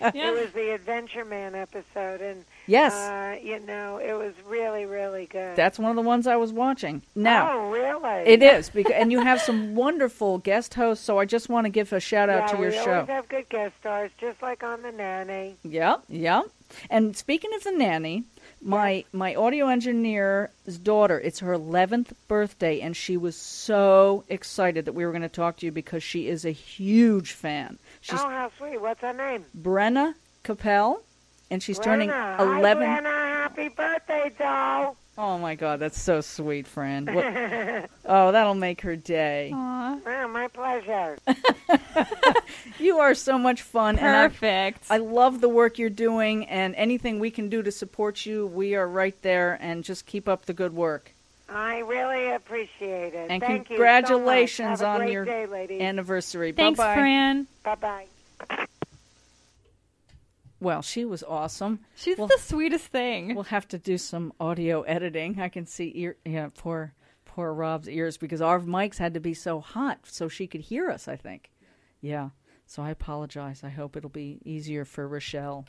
S4: It was the Adventure Man episode, and
S2: Yes.
S4: uh, you know it was really really good.
S2: That's one of the ones I was watching. Now,
S4: oh really?
S2: It is, because, and you have some wonderful guest hosts. So I just want to give a shout out
S4: yeah,
S2: to your
S4: we
S2: show.
S4: always have good guest stars, just like on the nanny.
S2: Yep, yep. And speaking of the nanny, my my audio engineer's daughter, it's her 11th birthday and she was so excited that we were going to talk to you because she is a huge fan. She's
S4: oh, how sweet! What's her name?
S2: Brenna Capel and she's turning
S4: Brenna.
S2: 11.
S4: Hi, Brenna. Happy birthday, doll.
S2: Oh my god, that's so sweet, friend. What... oh, that'll make her day.
S3: Aw,
S4: Oh, my pleasure.
S2: You are so much fun and I
S3: perfect.
S2: I love the work you're doing, and anything we can do to support you, we are right there. And just keep up the good work.
S4: I really appreciate it.
S2: And
S4: Thank
S2: congratulations
S4: you so much. Have a
S2: on
S4: great
S2: your
S4: day, ladies.
S2: Anniversary.
S3: Thanks,
S2: bye bye.
S3: Fran.
S4: bye bye.
S2: Well, she was awesome.
S5: She's
S2: Well-
S5: the sweetest thing.
S2: We'll have to do some audio editing. I can see ear, yeah, poor poor Rob's ears because our mics had to be so hot so she could hear us. I think, yeah. So I apologize. I hope it'll be easier for Rochelle.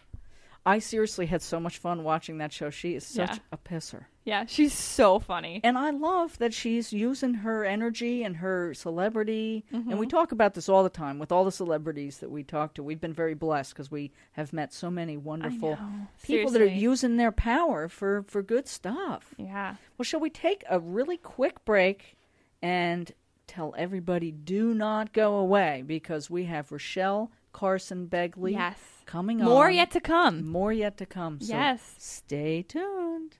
S2: I seriously had so much fun watching that show. She is such
S5: Yeah.
S2: a pisser.
S5: yeah, she's so funny.
S2: And I love that she's using her energy and her celebrity. And
S5: Mm-hmm.
S2: we talk about this all the time with all the celebrities that we talk to. We've been very blessed because we have met so many wonderful
S5: know.
S2: people that are
S5: Seriously.
S2: using their power for, for good stuff.
S5: Yeah.
S2: Well, shall we take a really quick break and tell everybody do not go away because we have Rochelle Carson Begley
S5: Yes.
S2: coming on.
S5: More yet to come.
S2: More yet to come. So
S5: Yes.
S2: Stay tuned.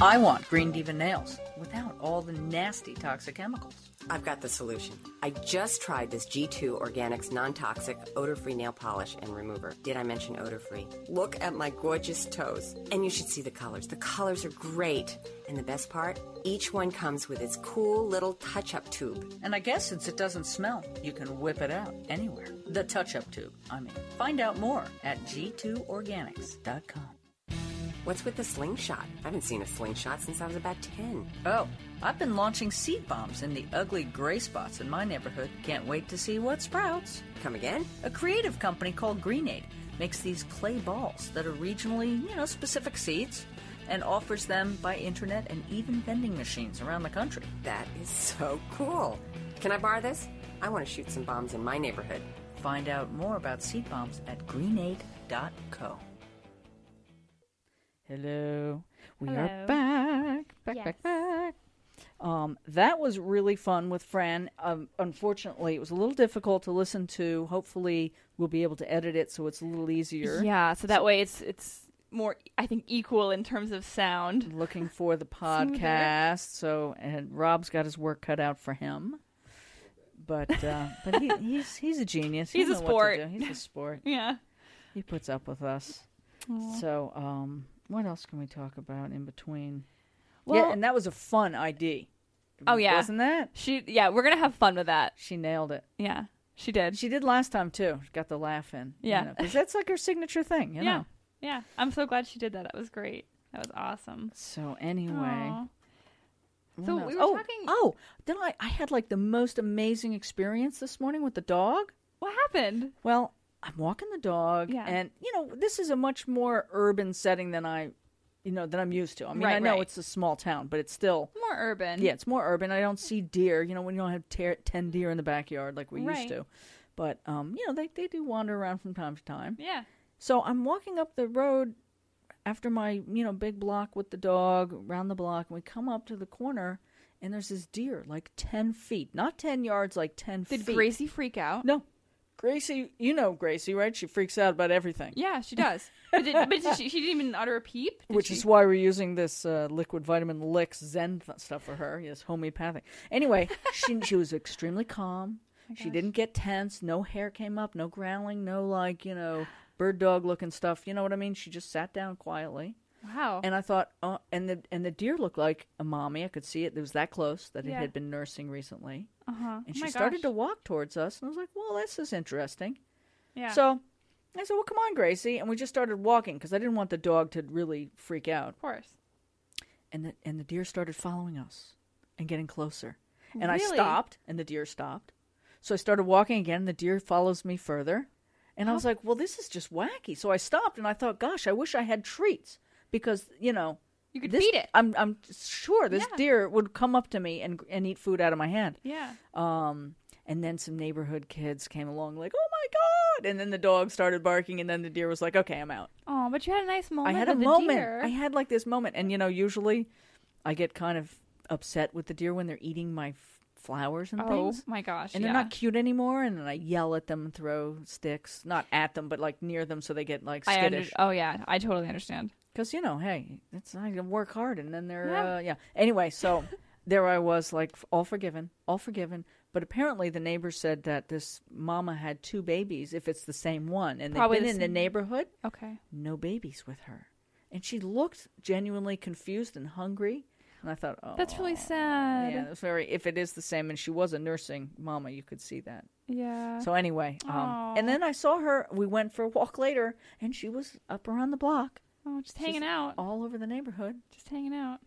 S2: I want Green Diva nails without all the nasty toxic chemicals.
S6: I've got the solution. I just tried this G2 Organics non toxic odor free nail polish and remover. Did I mention odor free? Look at my gorgeous toes. And you should see the colors. The colors are great. And the best part? Each one comes with its cool little touch up tube.
S2: And I guess since it doesn't smell, you can whip it out anywhere. The touch up tube, I mean. Find out more at g2organics.com.
S6: What's with the slingshot? I haven't seen a slingshot since I was about 10.
S2: Oh, I've been launching seed bombs in the ugly gray spots in my neighborhood. Can't wait to see what sprouts.
S6: Come again?
S2: A creative company called Green Aid makes these clay balls that are regionally, you know, specific seeds and offers them by internet and even vending machines around the country.
S6: That is so cool. Can I borrow this? I want to shoot some bombs in my neighborhood.
S2: Find out more about seed bombs at greenaid.co. Hello. We are
S3: Hello.
S2: back. Back,
S3: Yes.
S2: back, back. Um, that was really fun with Fran. Um, unfortunately, it was a little difficult to listen to. Hopefully, we'll be able to edit it so it's a little easier.
S5: Yeah, so that way it's it's more I think equal in terms of sound.
S2: looking for the podcast. So, and Rob's got his work cut out for him. But uh, but he, he's he's a genius. He'll
S5: He's a
S2: know what to
S5: sport.
S2: do. He's a sport.
S5: Yeah.
S2: He puts up with us. So, um, what else can we talk about in between?
S5: Well-
S2: yeah, and that was a fun ID.
S5: Oh yeah.
S2: wasn't that?
S5: She yeah, we're going to have fun with that.
S2: She nailed it.
S5: Yeah. She did.
S2: She did last time too. She got the laugh in. you
S5: Yeah.
S2: know, 'cause that's like her signature thing, you
S5: yeah.
S2: know.
S5: Yeah. I'm so glad she did that. That was great. That was awesome.
S2: So anyway.
S5: Aw. So
S2: What
S5: we
S2: else?
S5: were
S2: oh,
S5: talking
S2: Oh, then I, I had like the most amazing experience this morning with the dog.
S5: what happened?
S2: Well, I'm walking the dog,
S5: Yeah.
S2: and you know this is a much more urban setting than I, you know, than I'm used to. I mean,
S5: Right,
S2: I know
S5: right.
S2: it's a small town, but it's still
S5: More urban.
S2: yeah, it's more urban. I don't see deer. You know, when you don't have ter- ten deer in the backyard like we
S5: Right.
S2: used to, but um, you know they they do wander around from time to time.
S5: Yeah.
S2: So I'm walking up the road after my, you know, big block with the dog round the block, and we come up to the corner, and there's this deer like ten feet, not ten yards, like ten
S5: Did
S2: feet.
S5: Gracie freak out?
S2: No, Gracie, you know Gracie, right? She freaks out about everything,
S5: Yeah, she does. but did, but did she, she didn't even utter a peep. Did
S2: which
S5: she?
S2: is why we're using this uh, liquid vitamin Licks Zen th- stuff for her. Yes, homeopathic. Anyway, she she was extremely calm.
S5: Oh
S2: She didn't get tense. No hair came up. No growling. No like you know bird dog looking stuff. You know what I mean? She just sat down quietly.
S5: wow.
S2: And I thought, oh, and the and the deer looked like a mommy. I could see it. It was that close that it
S5: Yeah.
S2: had been nursing recently.
S5: uh-huh. oh
S2: And she
S5: my
S2: started to
S5: gosh.
S2: walk towards us, and I was like, "Well, this is interesting."
S5: Yeah.
S2: So I said, "Well, come on, Gracie," and we just started walking because I didn't want the dog to really freak out.
S5: of course.
S2: And the and the deer started following us and getting closer. And I
S5: Really?
S2: stopped, and the deer stopped. So I started walking again, and the deer follows me further. And I was like, "Well, this is just wacky." So I stopped, and I thought, "Gosh, I wish I had treats because you know."
S5: You could
S2: this,
S5: feed it.
S2: I'm I'm sure this
S5: Yeah.
S2: deer would come up to me and and eat food out of my hand.
S5: Yeah.
S2: Um, and then some neighborhood kids came along like, "Oh my god!" And then the dog started barking, and then the deer was like, "Okay, I'm out."
S5: Oh, but you had a nice moment.
S2: I had a
S5: with the
S2: moment.
S5: deer.
S2: I had like this moment, and you know, usually I get kind of upset with the deer when they're eating my f- flowers and
S5: Oh
S2: things.
S5: my gosh.
S2: And
S5: yeah.
S2: they're not cute anymore, and then I yell at them and throw sticks, not at them, but like near them, so they get like
S5: I under-
S2: skittish.
S5: oh yeah, I totally understand.
S2: Because you know, hey, it's I can work hard, and then they're
S5: Yeah.
S2: uh, yeah. Anyway, so there I was, like f- all forgiven, all forgiven. But apparently, the neighbors said that this mama had two babies, if it's the same one, and
S5: Probably
S2: they've
S5: the
S2: been in the
S5: same-
S2: neighborhood,
S5: Okay.
S2: no babies with her, and she looked genuinely confused and hungry. And I thought, oh,
S5: That's really sad.
S2: Yeah, that's very. If it is the same, and she was a nursing mama, you could see that.
S5: Yeah.
S3: Yeah.
S5: Uh,
S2: So anyway, um, and then I saw her. We went for a walk later, and she was up around the block,
S3: oh, just
S2: She's
S3: hanging out.
S2: all over the neighborhood.
S3: Just hanging out.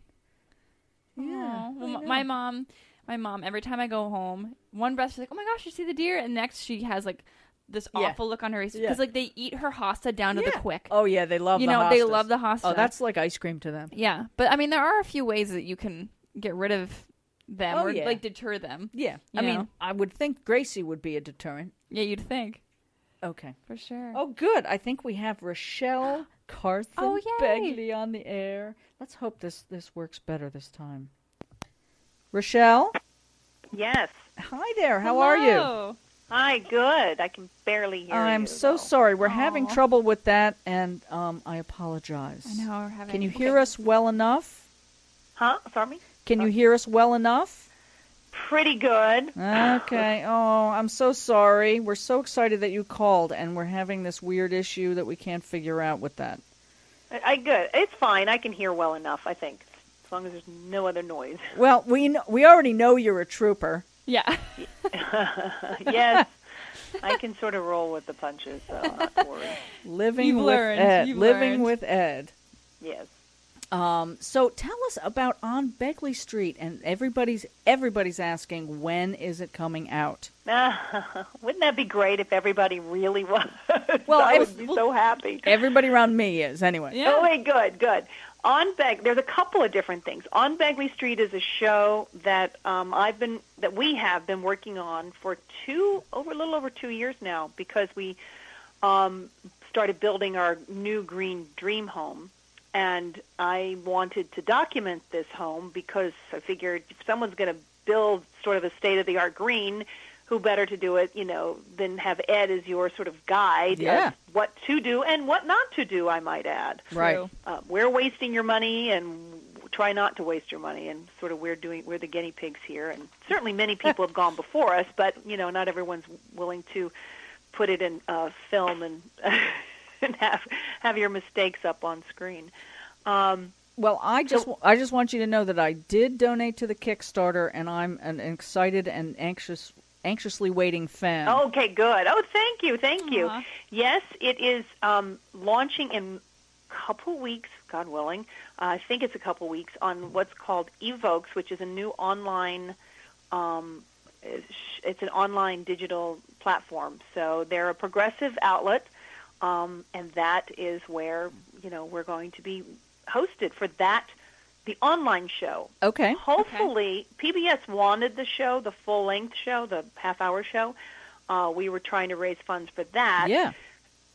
S2: Yeah,
S3: Aw. Well,
S5: my
S2: I know.
S3: my- my
S5: mom my mom every time i go home one breath she's like oh my gosh you see the deer and next she has like this
S2: Yeah.
S5: awful look on her face because
S2: Yeah.
S5: like they eat her hosta down to the
S2: Yeah.
S5: quick
S2: Oh yeah, they love
S5: you
S2: the
S5: know they
S2: hostas.
S5: love the hosta
S2: Oh, that's like ice cream to them.
S5: yeah but i mean there are a few ways that you can get rid of them
S2: Oh,
S5: or
S2: yeah.
S5: like deter them
S2: Yeah,
S5: You
S2: I mean,
S5: know.
S2: I would think Gracie would be a deterrent.
S5: yeah you'd think
S2: Okay.
S5: for sure
S2: Oh, good. I think we have Rochelle Carson
S5: Oh, yay.
S2: Begley on the air. Let's hope this this works better this time. Rochelle,
S7: Yes.
S2: hi there. How are you?
S7: Hi, good. I can barely hear you.
S2: I'm so
S7: though.
S2: sorry. We're having trouble with that, and um, I apologize.
S5: i know we're having
S2: Can you hear us well enough?
S7: Huh? Sorry?
S2: Can
S5: Uh,
S2: you hear us well enough?
S7: Pretty good.
S2: Okay. Oh, I'm so sorry. We're so excited that you called, and we're having this weird issue that we can't figure out with that.
S7: I, I good. It's fine. I can hear well enough, I think. As long as there's no other noise.
S2: Well, we kn- we already know you're a trooper.
S5: yeah
S7: yes. I can sort of roll with the punches, so I'm not worried.
S2: Living
S5: You've
S2: with
S5: learned.
S2: Ed.
S5: You've
S2: Living
S5: learned.
S2: with Ed.
S7: Yes.
S2: Um, so tell us about On Beckley Street, and everybody's everybody's asking when is it coming out?
S7: Ah, wouldn't that be great if everybody really was?
S2: Well,
S7: I
S2: if-
S7: would be so happy.
S2: Everybody around me is anyway.
S5: Yeah.
S7: Oh, wait, good, good. On Beg, there's a couple of different things. On Begley Street is a show that um, I've been that we have been working on for two over a little over two years now because we um, started building our new green dream home, and I wanted to document this home because I figured if someone's going to build sort of a state of the art green. Who better to do it, you know, than have Ed as your sort of guide
S2: Yeah.
S7: of what to do and what not to do, I might add
S2: Right.
S5: True.
S7: uh, we're wasting your money and try not to waste your money and sort of we're doing we're the guinea pigs here and certainly many people have gone before us but you know not everyone's willing to put it in uh, film and, and have have your mistakes up on screen um,
S2: Well, I just wa- I just want you to know that I did donate to the Kickstarter, and I'm an excited and anxious anxiously waiting fan.
S7: Okay, good. Oh, thank you, thank you.
S5: Aw.
S7: Yes, it is um, launching in a couple weeks, God willing. Uh, I think it's a couple weeks on what's called Evokes, which is a new online. Um, it's- it's an online digital platform. So they're a progressive outlet, um, and that is where you know we're going to be hosted for that the online show.
S2: Okay.
S7: Hopefully, PBS wanted the show, the full length show, the half hour show. Uh, we were trying to raise funds for that.
S2: Yeah.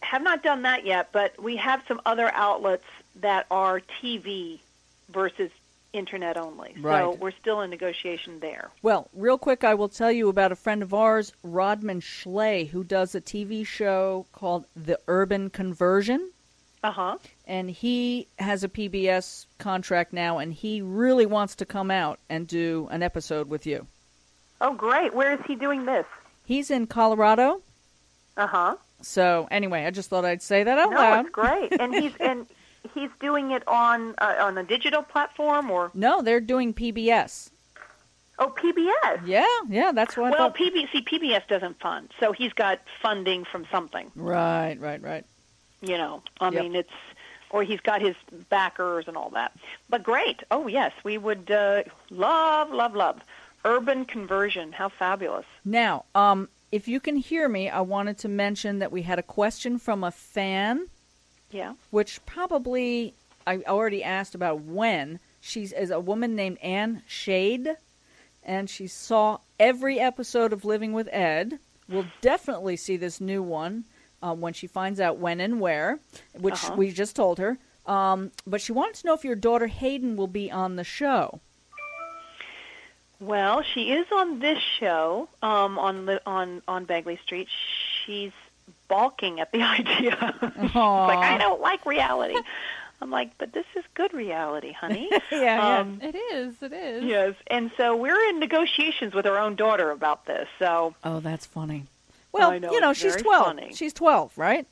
S7: Have not done that yet, but we have some other outlets that are TV versus internet only. So
S2: Right.
S7: we're still in negotiation there.
S2: Well, real quick, I will tell you about a friend of ours, Rodman Schley, who does a TV show called The Urban Conversion.
S7: Uh huh.
S2: and he has a PBS contract now, and he really wants to come out and do an episode with you.
S7: Oh, great. Where is he doing this?
S2: He's in Colorado,
S7: Uh huh.
S2: so anyway, I just thought I'd say that out
S7: No,
S2: loud.
S7: it's great, and he's and he's doing it on uh, on a digital platform or
S2: No, they're doing PBS.
S7: oh PBS.
S2: Yeah, yeah, that's what I
S7: Well,
S2: thought.
S7: PBC PBS doesn't fund, so he's got funding from something.
S2: right, right, right.
S7: You know, I
S2: Yep.
S7: mean, it's or he's got his backers and all that. But great. Oh yes, we would uh, love, love, love. Urban conversion. How fabulous.
S2: Now, um, if you can hear me, I wanted to mention that we had a question from a fan.
S7: Yeah.
S2: which probably I already asked about when. She's is a woman named Anne Shade, and she saw every episode of Living with Ed. We'll definitely see this new one um, when she finds out when and where, which
S7: Uh-huh.
S2: we just told her. Um, but she wanted to know if your daughter Hayden will be on the show.
S7: Well, she is on this show um, on Li- on on Bagley Street. She's balking at the idea. She's like, I don't like reality. I'm like, but this is good reality, honey.
S2: yeah.
S7: um,
S5: it is it is
S7: Yes, and so we're in negotiations with our own daughter about this. So
S2: Oh, that's funny. Well,
S7: I know,
S2: you know,
S7: it's
S2: she's
S7: very
S2: 12.
S7: funny.
S2: She's 12, right?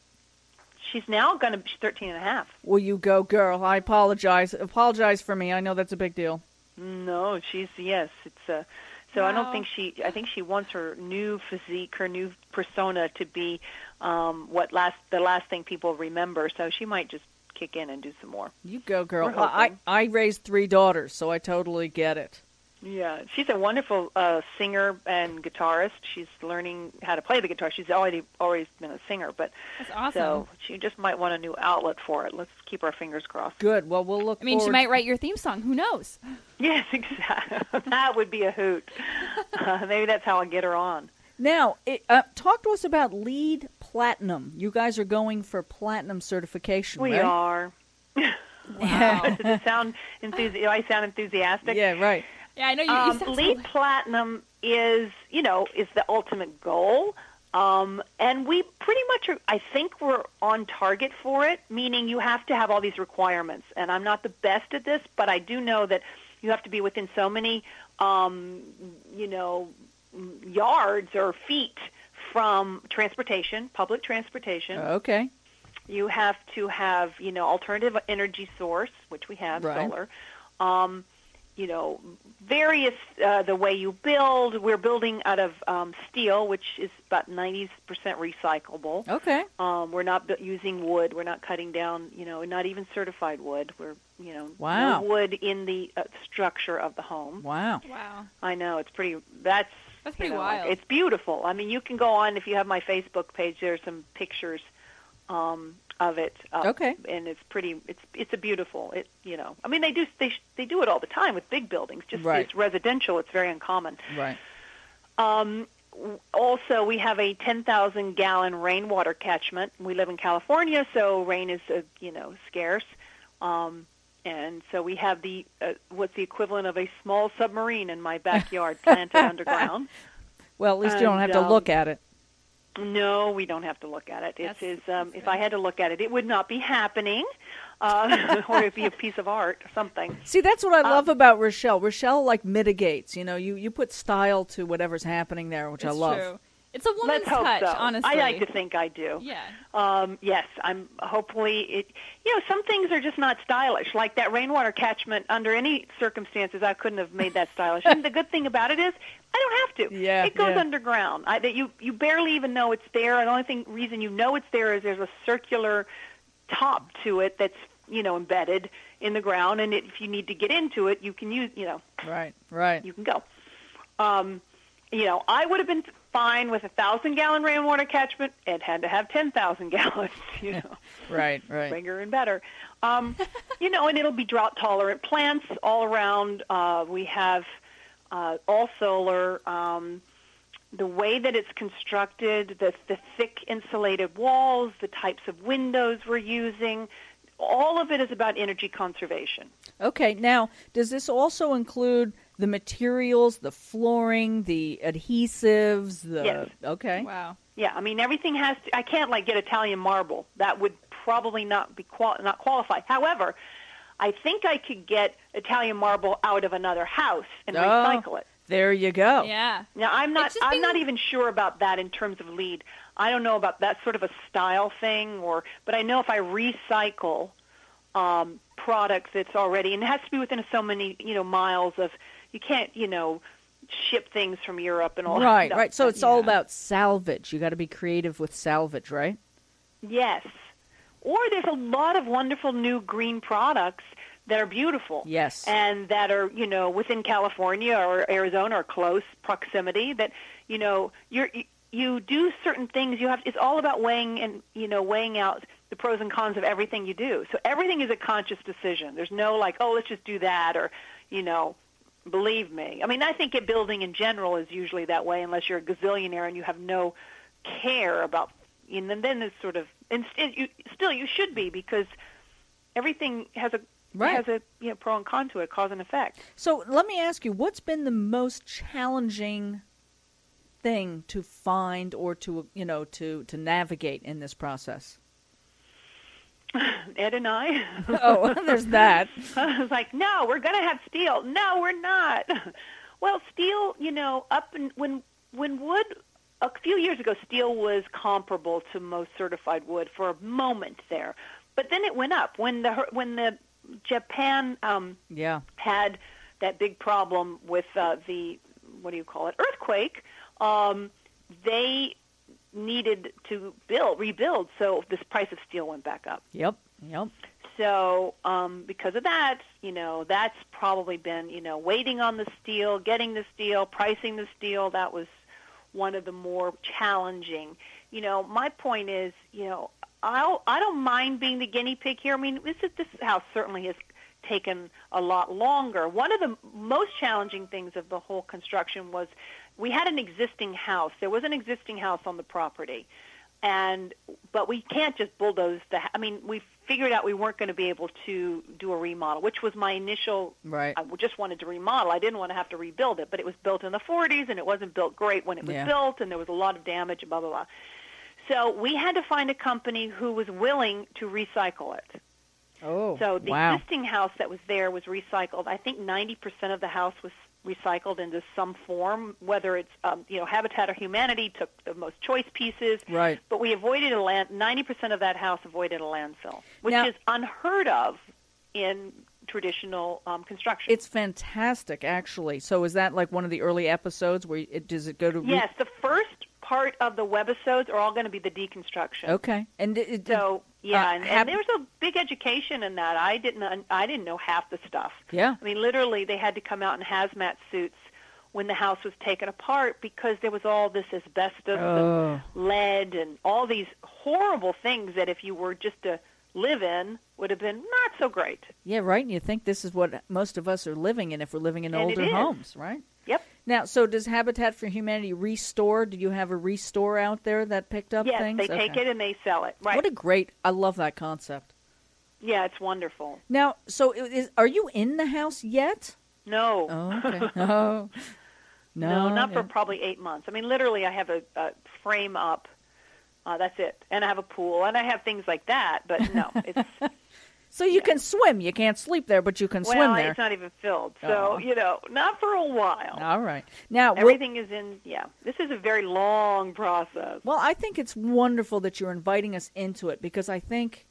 S7: she's now going to be she's 13 and a half.
S2: Will you go, girl? I apologize. Apologize for me. I know that's a big deal.
S7: No, she's yes, it's a So I don't
S5: Wow.
S7: think she. I think she wants her new physique, her new persona, to be um, what last the last thing people remember. So she might just kick in and do some more.
S2: You go, girl.
S7: We're
S2: Well, I,
S7: hoping.
S2: I raised three daughters, so I totally get it.
S7: Yeah, she's a wonderful uh, singer and guitarist. She's learning how to play the guitar. She's already always been a singer, but
S5: That's awesome.
S7: so she just might want a new outlet for it. Let's keep our fingers crossed.
S2: Good. Well, we'll look.
S5: I mean, she
S2: forward-
S5: might write your theme song. Who knows?
S7: Yes, exactly. that would be a hoot. Uh, maybe that's how I get her on.
S2: Now, it, uh, talk to us about lead platinum. You guys are going for platinum certification,
S7: We
S2: right?
S7: are.
S5: Wow.
S7: Does it sound enthusi- do I sound enthusiastic?
S2: Yeah, right.
S5: yeah, I know you. you
S7: Um,
S5: sound so-
S7: lead platinum is, you know, is the ultimate goal. Um, and we pretty much are, I think we're on target for it, meaning you have to have all these requirements. And I'm not the best at this, but I do know that you have to be within so many, um, you know, yards or feet from transportation, public transportation.
S2: Okay.
S7: You have to have, you know, alternative energy source, which we have,
S2: Right.
S7: solar. Um, you know, various uh, the way you build. We're building out of um, steel, which is about ninety percent recyclable.
S2: Okay.
S7: Um, we're not bu- using wood. We're not cutting down, you know, not even certified wood. We're, you know,
S2: Wow.
S7: no wood in the uh, structure of the home.
S2: Wow.
S5: wow.
S7: I know it's pretty. That's
S5: That's
S7: you
S5: pretty
S7: know, like,
S5: wild.
S7: it's beautiful. I mean, you can go on if you have my Facebook page. There's some pictures um, of it. Up,
S2: Okay.
S7: and it's pretty. It's it's a beautiful. It you know. I mean, they do they sh- they do it all the time with big buildings. Just
S2: Right.
S7: it's residential. It's very uncommon.
S2: Right.
S7: Um, w- also, we have a 10,000 gallon rainwater catchment. We live in California, so rain is uh, you know scarce, um, and so we have the uh, what's the equivalent of a small submarine in my backyard planted underground.
S2: Well, at least you don't have
S7: And,
S2: to
S7: um,
S2: look at it.
S7: No, we don't have to look at it. It
S5: That's-
S7: is um, if I had to look at it, it would not be happening, uh, or it'd be a piece of art or something.
S2: See, that's what
S7: uh,
S2: I love about Rochelle. Rochelle like mitigates. You know, you you put style to whatever's happening there, which I
S5: It's
S2: love.
S5: True. It's a woman's
S7: Let's hope
S5: touch,
S7: so.
S5: honestly.
S7: I like to think I do.
S5: Yeah.
S7: Um, yes, I'm hopefully it you know, some things are just not stylish. Like that rainwater catchment under any circumstances I couldn't have made that stylish. and the good thing about it is I don't have to.
S2: Yeah,
S7: it goes
S2: yeah.
S7: underground. I that you you barely even know it's there. The only thing reason you know it's there is there's a circular top to it that's, you know, embedded in the ground and if you need to get into it, you can use, you know,
S2: Right. Right.
S7: you can go. Um, you know, I would have been fine with a thousand gallon rainwater catchment. It had to have ten thousand gallons. You know,
S2: right. Right.
S7: bigger and better. Um, you know, and it'll be drought tolerant plants all around. Uh, we have uh, all solar. Um, the way that it's constructed, the, the thick insulated walls, the types of windows we're using, all of it is about energy conservation.
S2: Okay. Now, does this also include the materials, the flooring, the adhesives? The
S7: Yes.
S2: okay.
S5: Wow.
S7: Yeah, I mean everything has to. I can't like get Italian marble. That would probably not be qual- not qualify. However, I think I could get Italian marble out of another house and
S2: Oh.
S7: recycle it.
S2: There you go.
S5: Yeah.
S7: Now I'm not
S5: It's just
S7: I'm
S5: being-
S7: not even sure about that in terms of lead. I don't know about that sort of a style thing or but I know if I recycle um product that's already and it has to be within so many, you know, miles of you can't, you know, ship things from Europe and all
S2: Right,
S7: that.
S2: right. So
S7: stuff.
S2: it's all about salvage. You got to be creative with salvage, right?
S7: Yes. Or there's a lot of wonderful new green products that are beautiful.
S2: Yes.
S7: And that are, you know, within California or Arizona or close proximity that, you know, you're you- you do certain things you have it's all about weighing and you know weighing out the pros and cons of everything you do so everything is a conscious decision there's no like oh let's just do that or you know believe me i mean i think it building in general is usually that way unless you're a gazillionaire and you have no care about and then then it's sort of and st- you, still you should be because everything has a
S2: Right.
S7: has a you know, pro and con to it cause and effect
S2: So let me ask you, what's been the most challenging thing to find or to you know to to navigate in this process?
S7: ed and i
S2: oh, there's that.
S7: I was like, no, we're going to have steel. No, we're not. Well, steel, you know, up in, when when wood a few years ago, steel was comparable to most certified wood for a moment there, but then it went up when the when the Japan um,
S2: Yeah.
S7: had that big problem with uh, the what do you call it earthquake, um, they needed to build rebuild. So this price of steel went back up.
S2: Yep. Yep.
S7: So um, because of that, you know, that's probably been you know waiting on the steel, getting the steel, pricing the steel. That was one of the more challenging. You know, my point is, you know, I'll I don't mind being the guinea pig here. I mean, this is this house certainly has taken a lot longer. One of the most challenging things of the whole construction was we had an existing house. There was an existing house on the property. And but we can't just bulldoze the I mean, we figured out we weren't going to be able to do a remodel, which was my initial
S2: Right.
S7: I just wanted to remodel. I didn't want to have to rebuild it, but it was built in the 40s and it wasn't built great when it was
S2: Yeah.
S7: built and there was a lot of damage and blah blah blah. So we had to find a company who was willing to recycle it.
S2: Oh.
S7: So the
S2: wow.
S7: existing house that was there was recycled. I think 90% of the house was recycled into some form, whether it's, um, you know, Habitat or Humanity took the most choice pieces.
S2: Right.
S7: But we avoided a land, 90% of that house avoided a landfill, which
S2: Now-
S7: is unheard of in traditional um, construction.
S2: It's fantastic, actually. So is that like one of the early episodes where it does it go to? re-
S7: yes, the first part of the webisodes are all going to be the deconstruction.
S2: Okay. And it, it,
S7: So yeah,
S2: uh,
S7: and,
S2: hap-
S7: and there was a big education in that. I didn't I didn't know half the stuff.
S2: Yeah.
S7: I mean, literally, they had to come out in hazmat suits when the house was taken apart because there was all this asbestos
S2: Oh.
S7: and lead and all these horrible things that if you were just to live in would have been not so great.
S2: yeah, right. And you think this is what most of us are living in if we're living in
S7: And it
S2: older
S7: is.
S2: homes, right?
S7: Yep.
S2: Now, so does Habitat for Humanity restore? Do you have a restore out there that picked up
S7: Yes,
S2: things?
S7: they take
S2: Okay.
S7: it and they sell it. Right.
S2: What a great! I love that concept.
S7: yeah, it's wonderful.
S2: Now, so i- is, are you in the house yet?
S7: No.
S2: Oh, okay. no.
S7: No, not for
S2: yeah.
S7: probably eight months. I mean, literally, I have a, a frame up. Uh, that's it, and I have a pool, and I have things like that. But no, it's
S2: So you can swim. You can't sleep there, but you can swim
S7: well,
S2: there.
S7: it's not even filled. So
S2: Oh.
S7: you know, not for a while.
S2: All right. Now, we're-
S7: Everything is in. Yeah, this is a very long process.
S2: Well, I think it's wonderful that you're inviting us into it because I think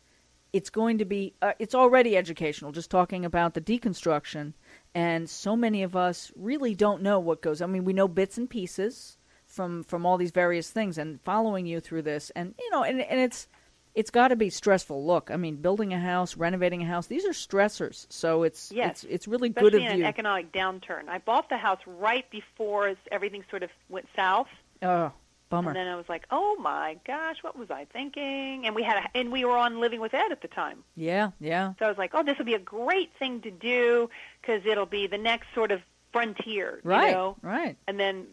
S2: it's going to be uh, it's already educational just talking about the deconstruction and so many of us really don't know what goes. I mean, we know bits and pieces from from all these various things and following you through this and you know and and it's it's got to be stressful. Look, I mean, building a house, renovating a house, these are stressors. So it's it's
S7: Yes.
S2: it's really
S7: Especially
S2: good of
S7: in an
S2: you.
S7: economic downturn. I bought the house right before everything sort of went south.
S2: oh, bummer.
S7: And then I was like, "Oh my gosh, what was I thinking?" And we had, a, and we were on Living with Ed at the time.
S2: yeah, yeah.
S7: So I was like, oh, this will be a great thing to do because it'll be the next sort of frontier,
S2: Right.
S7: you know?
S2: Right.
S7: And then,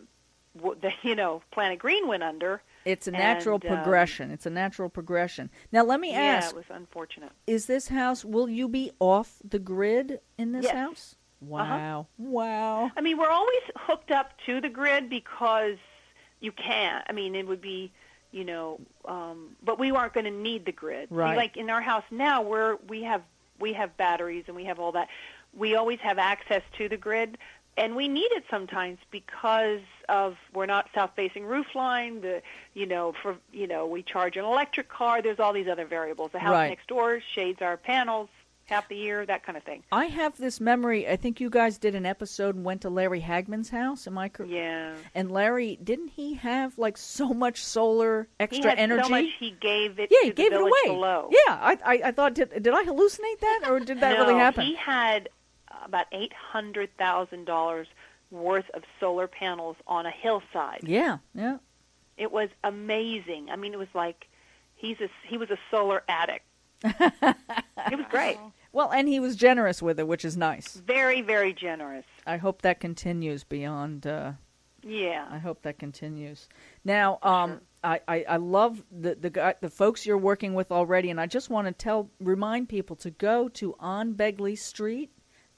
S7: w- the, you know, Planet Green went under.
S2: It's a
S7: And,
S2: natural
S7: um,
S2: progression. It's a natural progression. Now, let me
S7: Yeah,
S2: ask:
S7: it was unfortunate.
S2: Is this house? Will you be off the grid in this
S7: Yes. Uh-huh.
S2: house? Wow! Wow!
S7: I mean, we're always hooked up to the grid because you can. I mean, it would be, you know, um, but we aren't going to need the grid. See,
S2: Right.
S7: like in our house now, we're we have we have batteries and we have all that. We always have access to the grid, and we need it sometimes because of we're not south-facing roofline. The you know for you know we charge an electric car. There's all these other variables. The house
S2: Right.
S7: next door shades our panels half the year. That kind of thing.
S2: I have this memory. I think you guys did an episode and went to Larry Hagman's house. Am I correct?
S7: Yeah.
S2: And Larry, didn't he have like so much solar
S7: He
S2: extra
S7: had
S2: energy?
S7: so much he gave it
S2: yeah,
S7: to
S2: he
S7: the
S2: gave it
S7: village
S2: away.
S7: below.
S2: Yeah, I, I, I thought did, did I hallucinate that or did that
S7: No,
S2: really happen?
S7: He had about eight hundred thousand dollars worth of solar panels on a hillside.
S2: Yeah, yeah.
S7: It was amazing. I mean, it was like he's a he was a solar addict. it was great.
S2: Well, and he was generous with it, which is nice.
S7: Very very generous.
S2: I hope that continues beyond uh, I
S7: Yeah.
S2: hope that continues. Now, um, I, I, I love the the guy, the folks you're working with already, and I just want to tell remind people to go to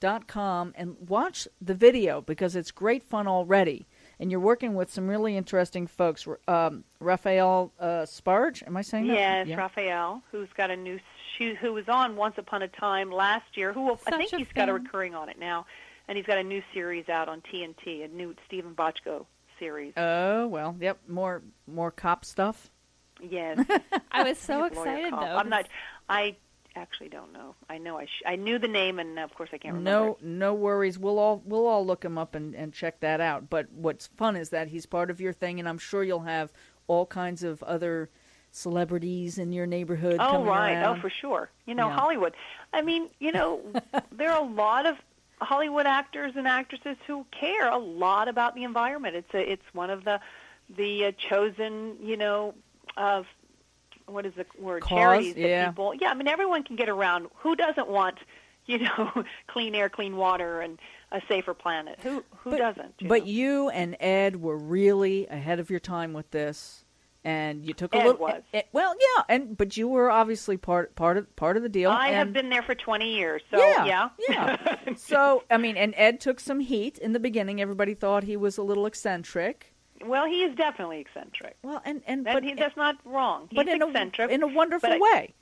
S2: onbegleystreet.com and watch the video because it's great fun already. And you're working with some really interesting folks. R- Um, Raphael uh, Sparge, am I saying
S7: Yes,
S2: that? Yeah.
S7: Raphael, who's got a new shoe, who was on Once Upon a Time last year, who will, I
S5: Such
S7: think
S5: a
S7: he's got a
S5: fan.
S7: recurring on it now, and he's got a new series out on TNT, a new Stephen Bochco series.
S2: Oh well, yep. More more cop stuff.
S7: Yes.
S5: I was so
S7: Lawyer
S5: excited
S7: Cobb.
S5: though.
S7: I'm not. I actually don't know. I know I sh- I knew the name, and of course I can't remember.
S2: No, no worries. We'll all we'll all look him up and, and check that out. But what's fun is that he's part of your thing, and I'm sure you'll have all kinds of other celebrities in your neighborhood.
S7: Oh
S2: coming
S7: right,
S2: around.
S7: oh for sure. You know
S2: Yeah.
S7: Hollywood. I mean, you know, there are a lot of Hollywood actors and actresses who care a lot about the environment. It's a, it's one of the the uh, chosen, you know, of what is the word
S2: Cause,
S7: charities that
S2: yeah.
S7: people. Yeah, I mean everyone can get around. Who doesn't want, you know, clean air, clean water, and a safer planet? Who who doesn't? you
S2: But
S7: know?
S2: you and Ed were really ahead of your time with this, and you took a
S7: Ed
S2: little.
S7: was.
S2: eh, well, yeah, and but you were obviously part part of part of the deal.
S7: I have
S2: and-
S7: been there for 20 years, so
S2: yeah, yeah. so I mean, and Ed took some heat in the beginning. Everybody thought he was a little eccentric.
S7: Well, he is definitely eccentric.
S2: Well, and and
S7: That,
S2: but
S7: he, that's not wrong. He's
S2: but in
S7: eccentric
S2: a in a wonderful
S7: but I-
S2: way.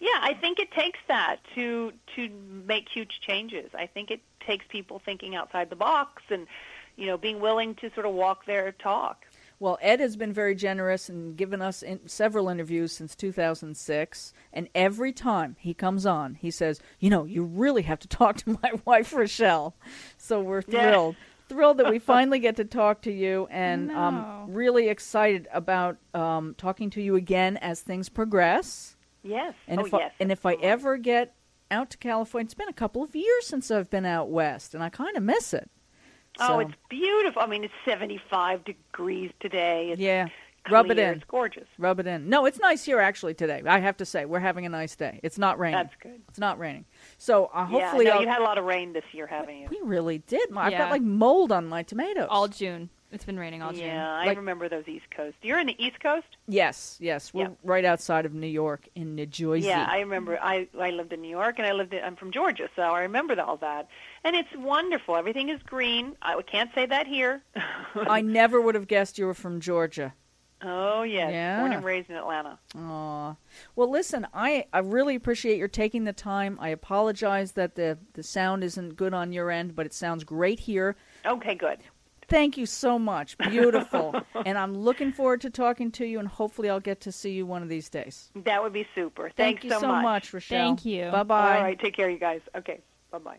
S7: yeah, I think it takes that to to make huge changes. I think it takes people thinking outside the box and you know being willing to sort of walk their talk.
S2: Well, Ed has been very generous and given us in several interviews since 2006. And every time he comes on, he says, You know, you really have to talk to my wife, Rochelle. So we're
S7: Yeah.
S2: thrilled. Thrilled that we finally get to talk to you and
S8: No.
S2: um, really excited about um, talking to you again as things progress.
S7: Yes.
S2: And
S7: oh
S2: if
S7: yes.
S2: I, and if I
S7: absolutely.
S2: ever get out to California, it's been a couple of years since I've been out west, and I kind of miss it.
S7: oh,
S2: So,
S7: it's beautiful. I mean, it's 75 degrees today. It's
S2: yeah,
S7: clear.
S2: rub it in.
S7: It's gorgeous.
S2: Rub it in. No, it's nice here actually today. I have to say, we're having a nice day. It's not raining.
S7: That's good.
S2: It's not raining. So uh, hopefully,
S7: yeah, I know
S2: I'll-
S7: you had a lot of rain this year, haven't you?
S2: we really did. My, I've got
S3: Yeah.
S2: like mold on my tomatoes.
S3: all June. It's been raining all June.
S7: Yeah, I
S2: Like-
S7: remember those East Coast. You're in the East Coast.
S2: yes, yes. We're
S7: Yeah.
S2: right outside of New York in New Jersey.
S7: Yeah, I remember. I I lived in New York, and I lived. In, I'm from Georgia, so I remember all that. And it's wonderful. Everything is green. I can't say that here.
S2: I never would have guessed you were from Georgia.
S7: oh yes,
S2: Yeah.
S7: born and raised in Atlanta.
S2: Aw. Well, listen, I, I really appreciate your taking the time. I apologize that the, the sound isn't good on your end, but it sounds great here.
S7: Okay, good.
S2: Thank you so much. Beautiful. and I'm looking forward to talking to you, and hopefully, I'll get to see you one of these days.
S7: That would be super.
S2: Thank
S7: Thanks
S2: you so much, Rochelle.
S3: Thank you.
S2: Bye
S7: All
S2: bye.
S7: right, take care, you guys. Okay, bye bye.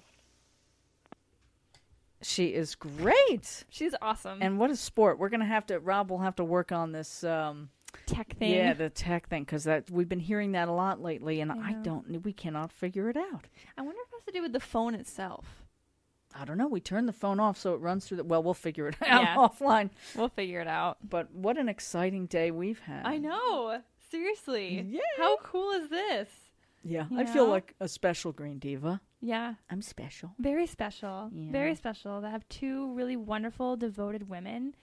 S2: She is great.
S3: She's awesome.
S2: And what a sport. We're going to have to, Rob will have to work on this. Um,
S3: tech thing.
S2: Yeah, the tech thing, because that we've been hearing that a lot lately, and I,
S3: know.
S2: don't, we cannot figure it out.
S3: I wonder if it has to do with the phone itself.
S2: I don't know. We turn the phone off so it runs through the. Well, we'll figure it out
S3: Yeah.
S2: offline.
S3: We'll figure it out.
S2: But what an exciting day we've had.
S3: I know. Seriously.
S2: Yeah.
S3: How cool is this?
S2: Yeah,
S3: You
S2: I feel
S3: know?
S2: like a special green diva.
S3: Yeah.
S2: I'm special.
S3: Very special.
S2: Yeah.
S3: Very special. They have two really wonderful, devoted women.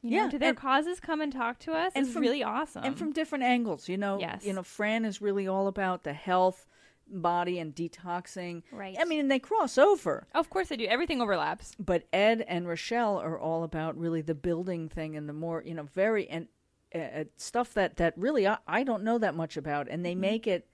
S3: You
S2: Yeah,
S3: Know, to their
S2: and-
S3: causes, come and talk to us.
S2: and
S3: it's
S2: from-
S3: really awesome.
S2: and from different angles, you know.
S3: Yes.
S2: You know, Fran is really all about the health, body, and detoxing.
S3: Right.
S2: I mean, and they cross over.
S3: of course they do. Everything overlaps.
S2: But Ed and Rochelle are all about really the building thing and the more, you know, very and uh, uh, stuff that that really I, I don't know that much about, and they
S3: Mm-hmm.
S2: make it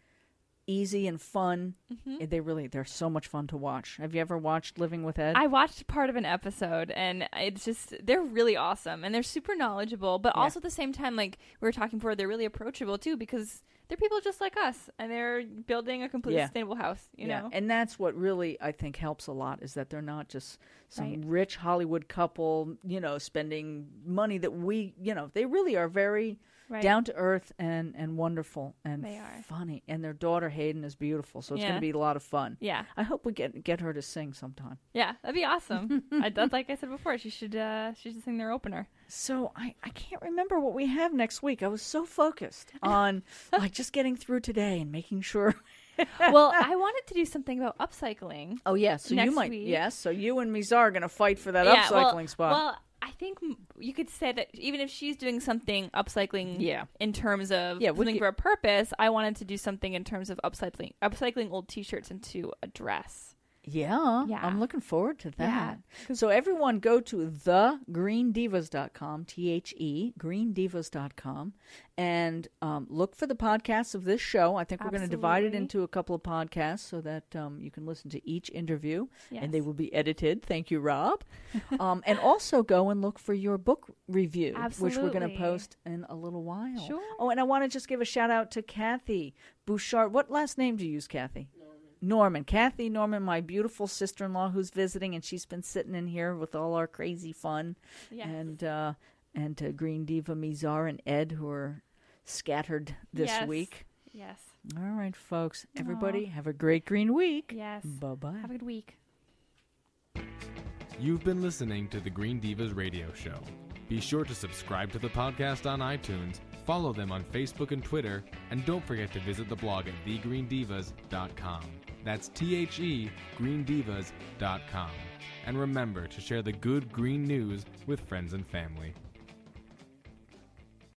S2: easy and fun. And They really they're so much fun to watch. Have you ever watched Living with Ed?
S3: I watched part of an episode and it's just they're really awesome and they're super knowledgeable, but also at the same time, like we were talking before, they're really approachable too because they're people just like us and they're building a completely
S2: Yeah.
S3: sustainable house, you know.
S2: and that's what really I think helps a lot is that they're not just some
S3: Right.
S2: rich Hollywood couple, you know, spending money that we, you know, they really are very
S3: Right.
S2: down to earth and and wonderful and
S3: They are.
S2: funny. And their daughter Hayden is beautiful, so it's going
S3: Yeah.
S2: to be a lot of fun.
S3: Yeah.
S2: I hope we get get her to sing sometime.
S3: Yeah, that'd be awesome. I, that's like I said before, she should uh she should sing their opener.
S2: So I, I can't remember what we have next week. I was so focused on like just getting through today and making sure.
S3: well, I wanted to do something about upcycling.
S2: Oh yeah, so you
S3: Next
S2: might
S3: week.
S2: yes. So you and Mizar are going to fight for that upcycling
S3: well,
S2: spot.
S3: Well, I think m- you could say that even if she's doing something upcycling,
S2: Yeah.
S3: in terms of
S2: Yeah, we
S3: something
S2: could-
S3: for a purpose, I wanted to do something in terms of upcycling, upcycling old T-shirts into a dress.
S2: Yeah,
S3: Yeah.
S2: I'm looking forward to
S3: Yeah.
S2: that. So everyone go to thegreendivas.com, T H E, greendivas.com, and um, look for the podcasts of this show. I think we're going to divide it
S3: Absolutely.
S2: into a couple of podcasts so that um, you can listen to each interview and they
S3: Yes.
S2: will be edited. Thank you, Rob. um, and also go and look for your book review, which we're going
S3: Absolutely.
S2: to post in a little while.
S3: Sure.
S2: Oh, and I want to just give a shout out to Kathy Bouchard. What last name do you use, Kathy? Norman, Kathy Norman, my beautiful sister in law who's visiting, and she's been sitting in here with all our crazy fun,
S3: Yes.
S2: and uh, and to Green Diva Mizar and Ed who are scattered this
S3: Yes.
S2: week.
S3: Yes.
S2: All right, folks, everybody have a great green week.
S3: Yes.
S2: Bye bye.
S3: Have a good week.
S1: You've been listening to the Green Divas Radio Show. Be sure to subscribe to the podcast on iTunes, follow them on Facebook and Twitter, and don't forget to visit the blog at thegreendivas.com. That's T H E, greendivas.com. And remember to share the good green news with friends and family.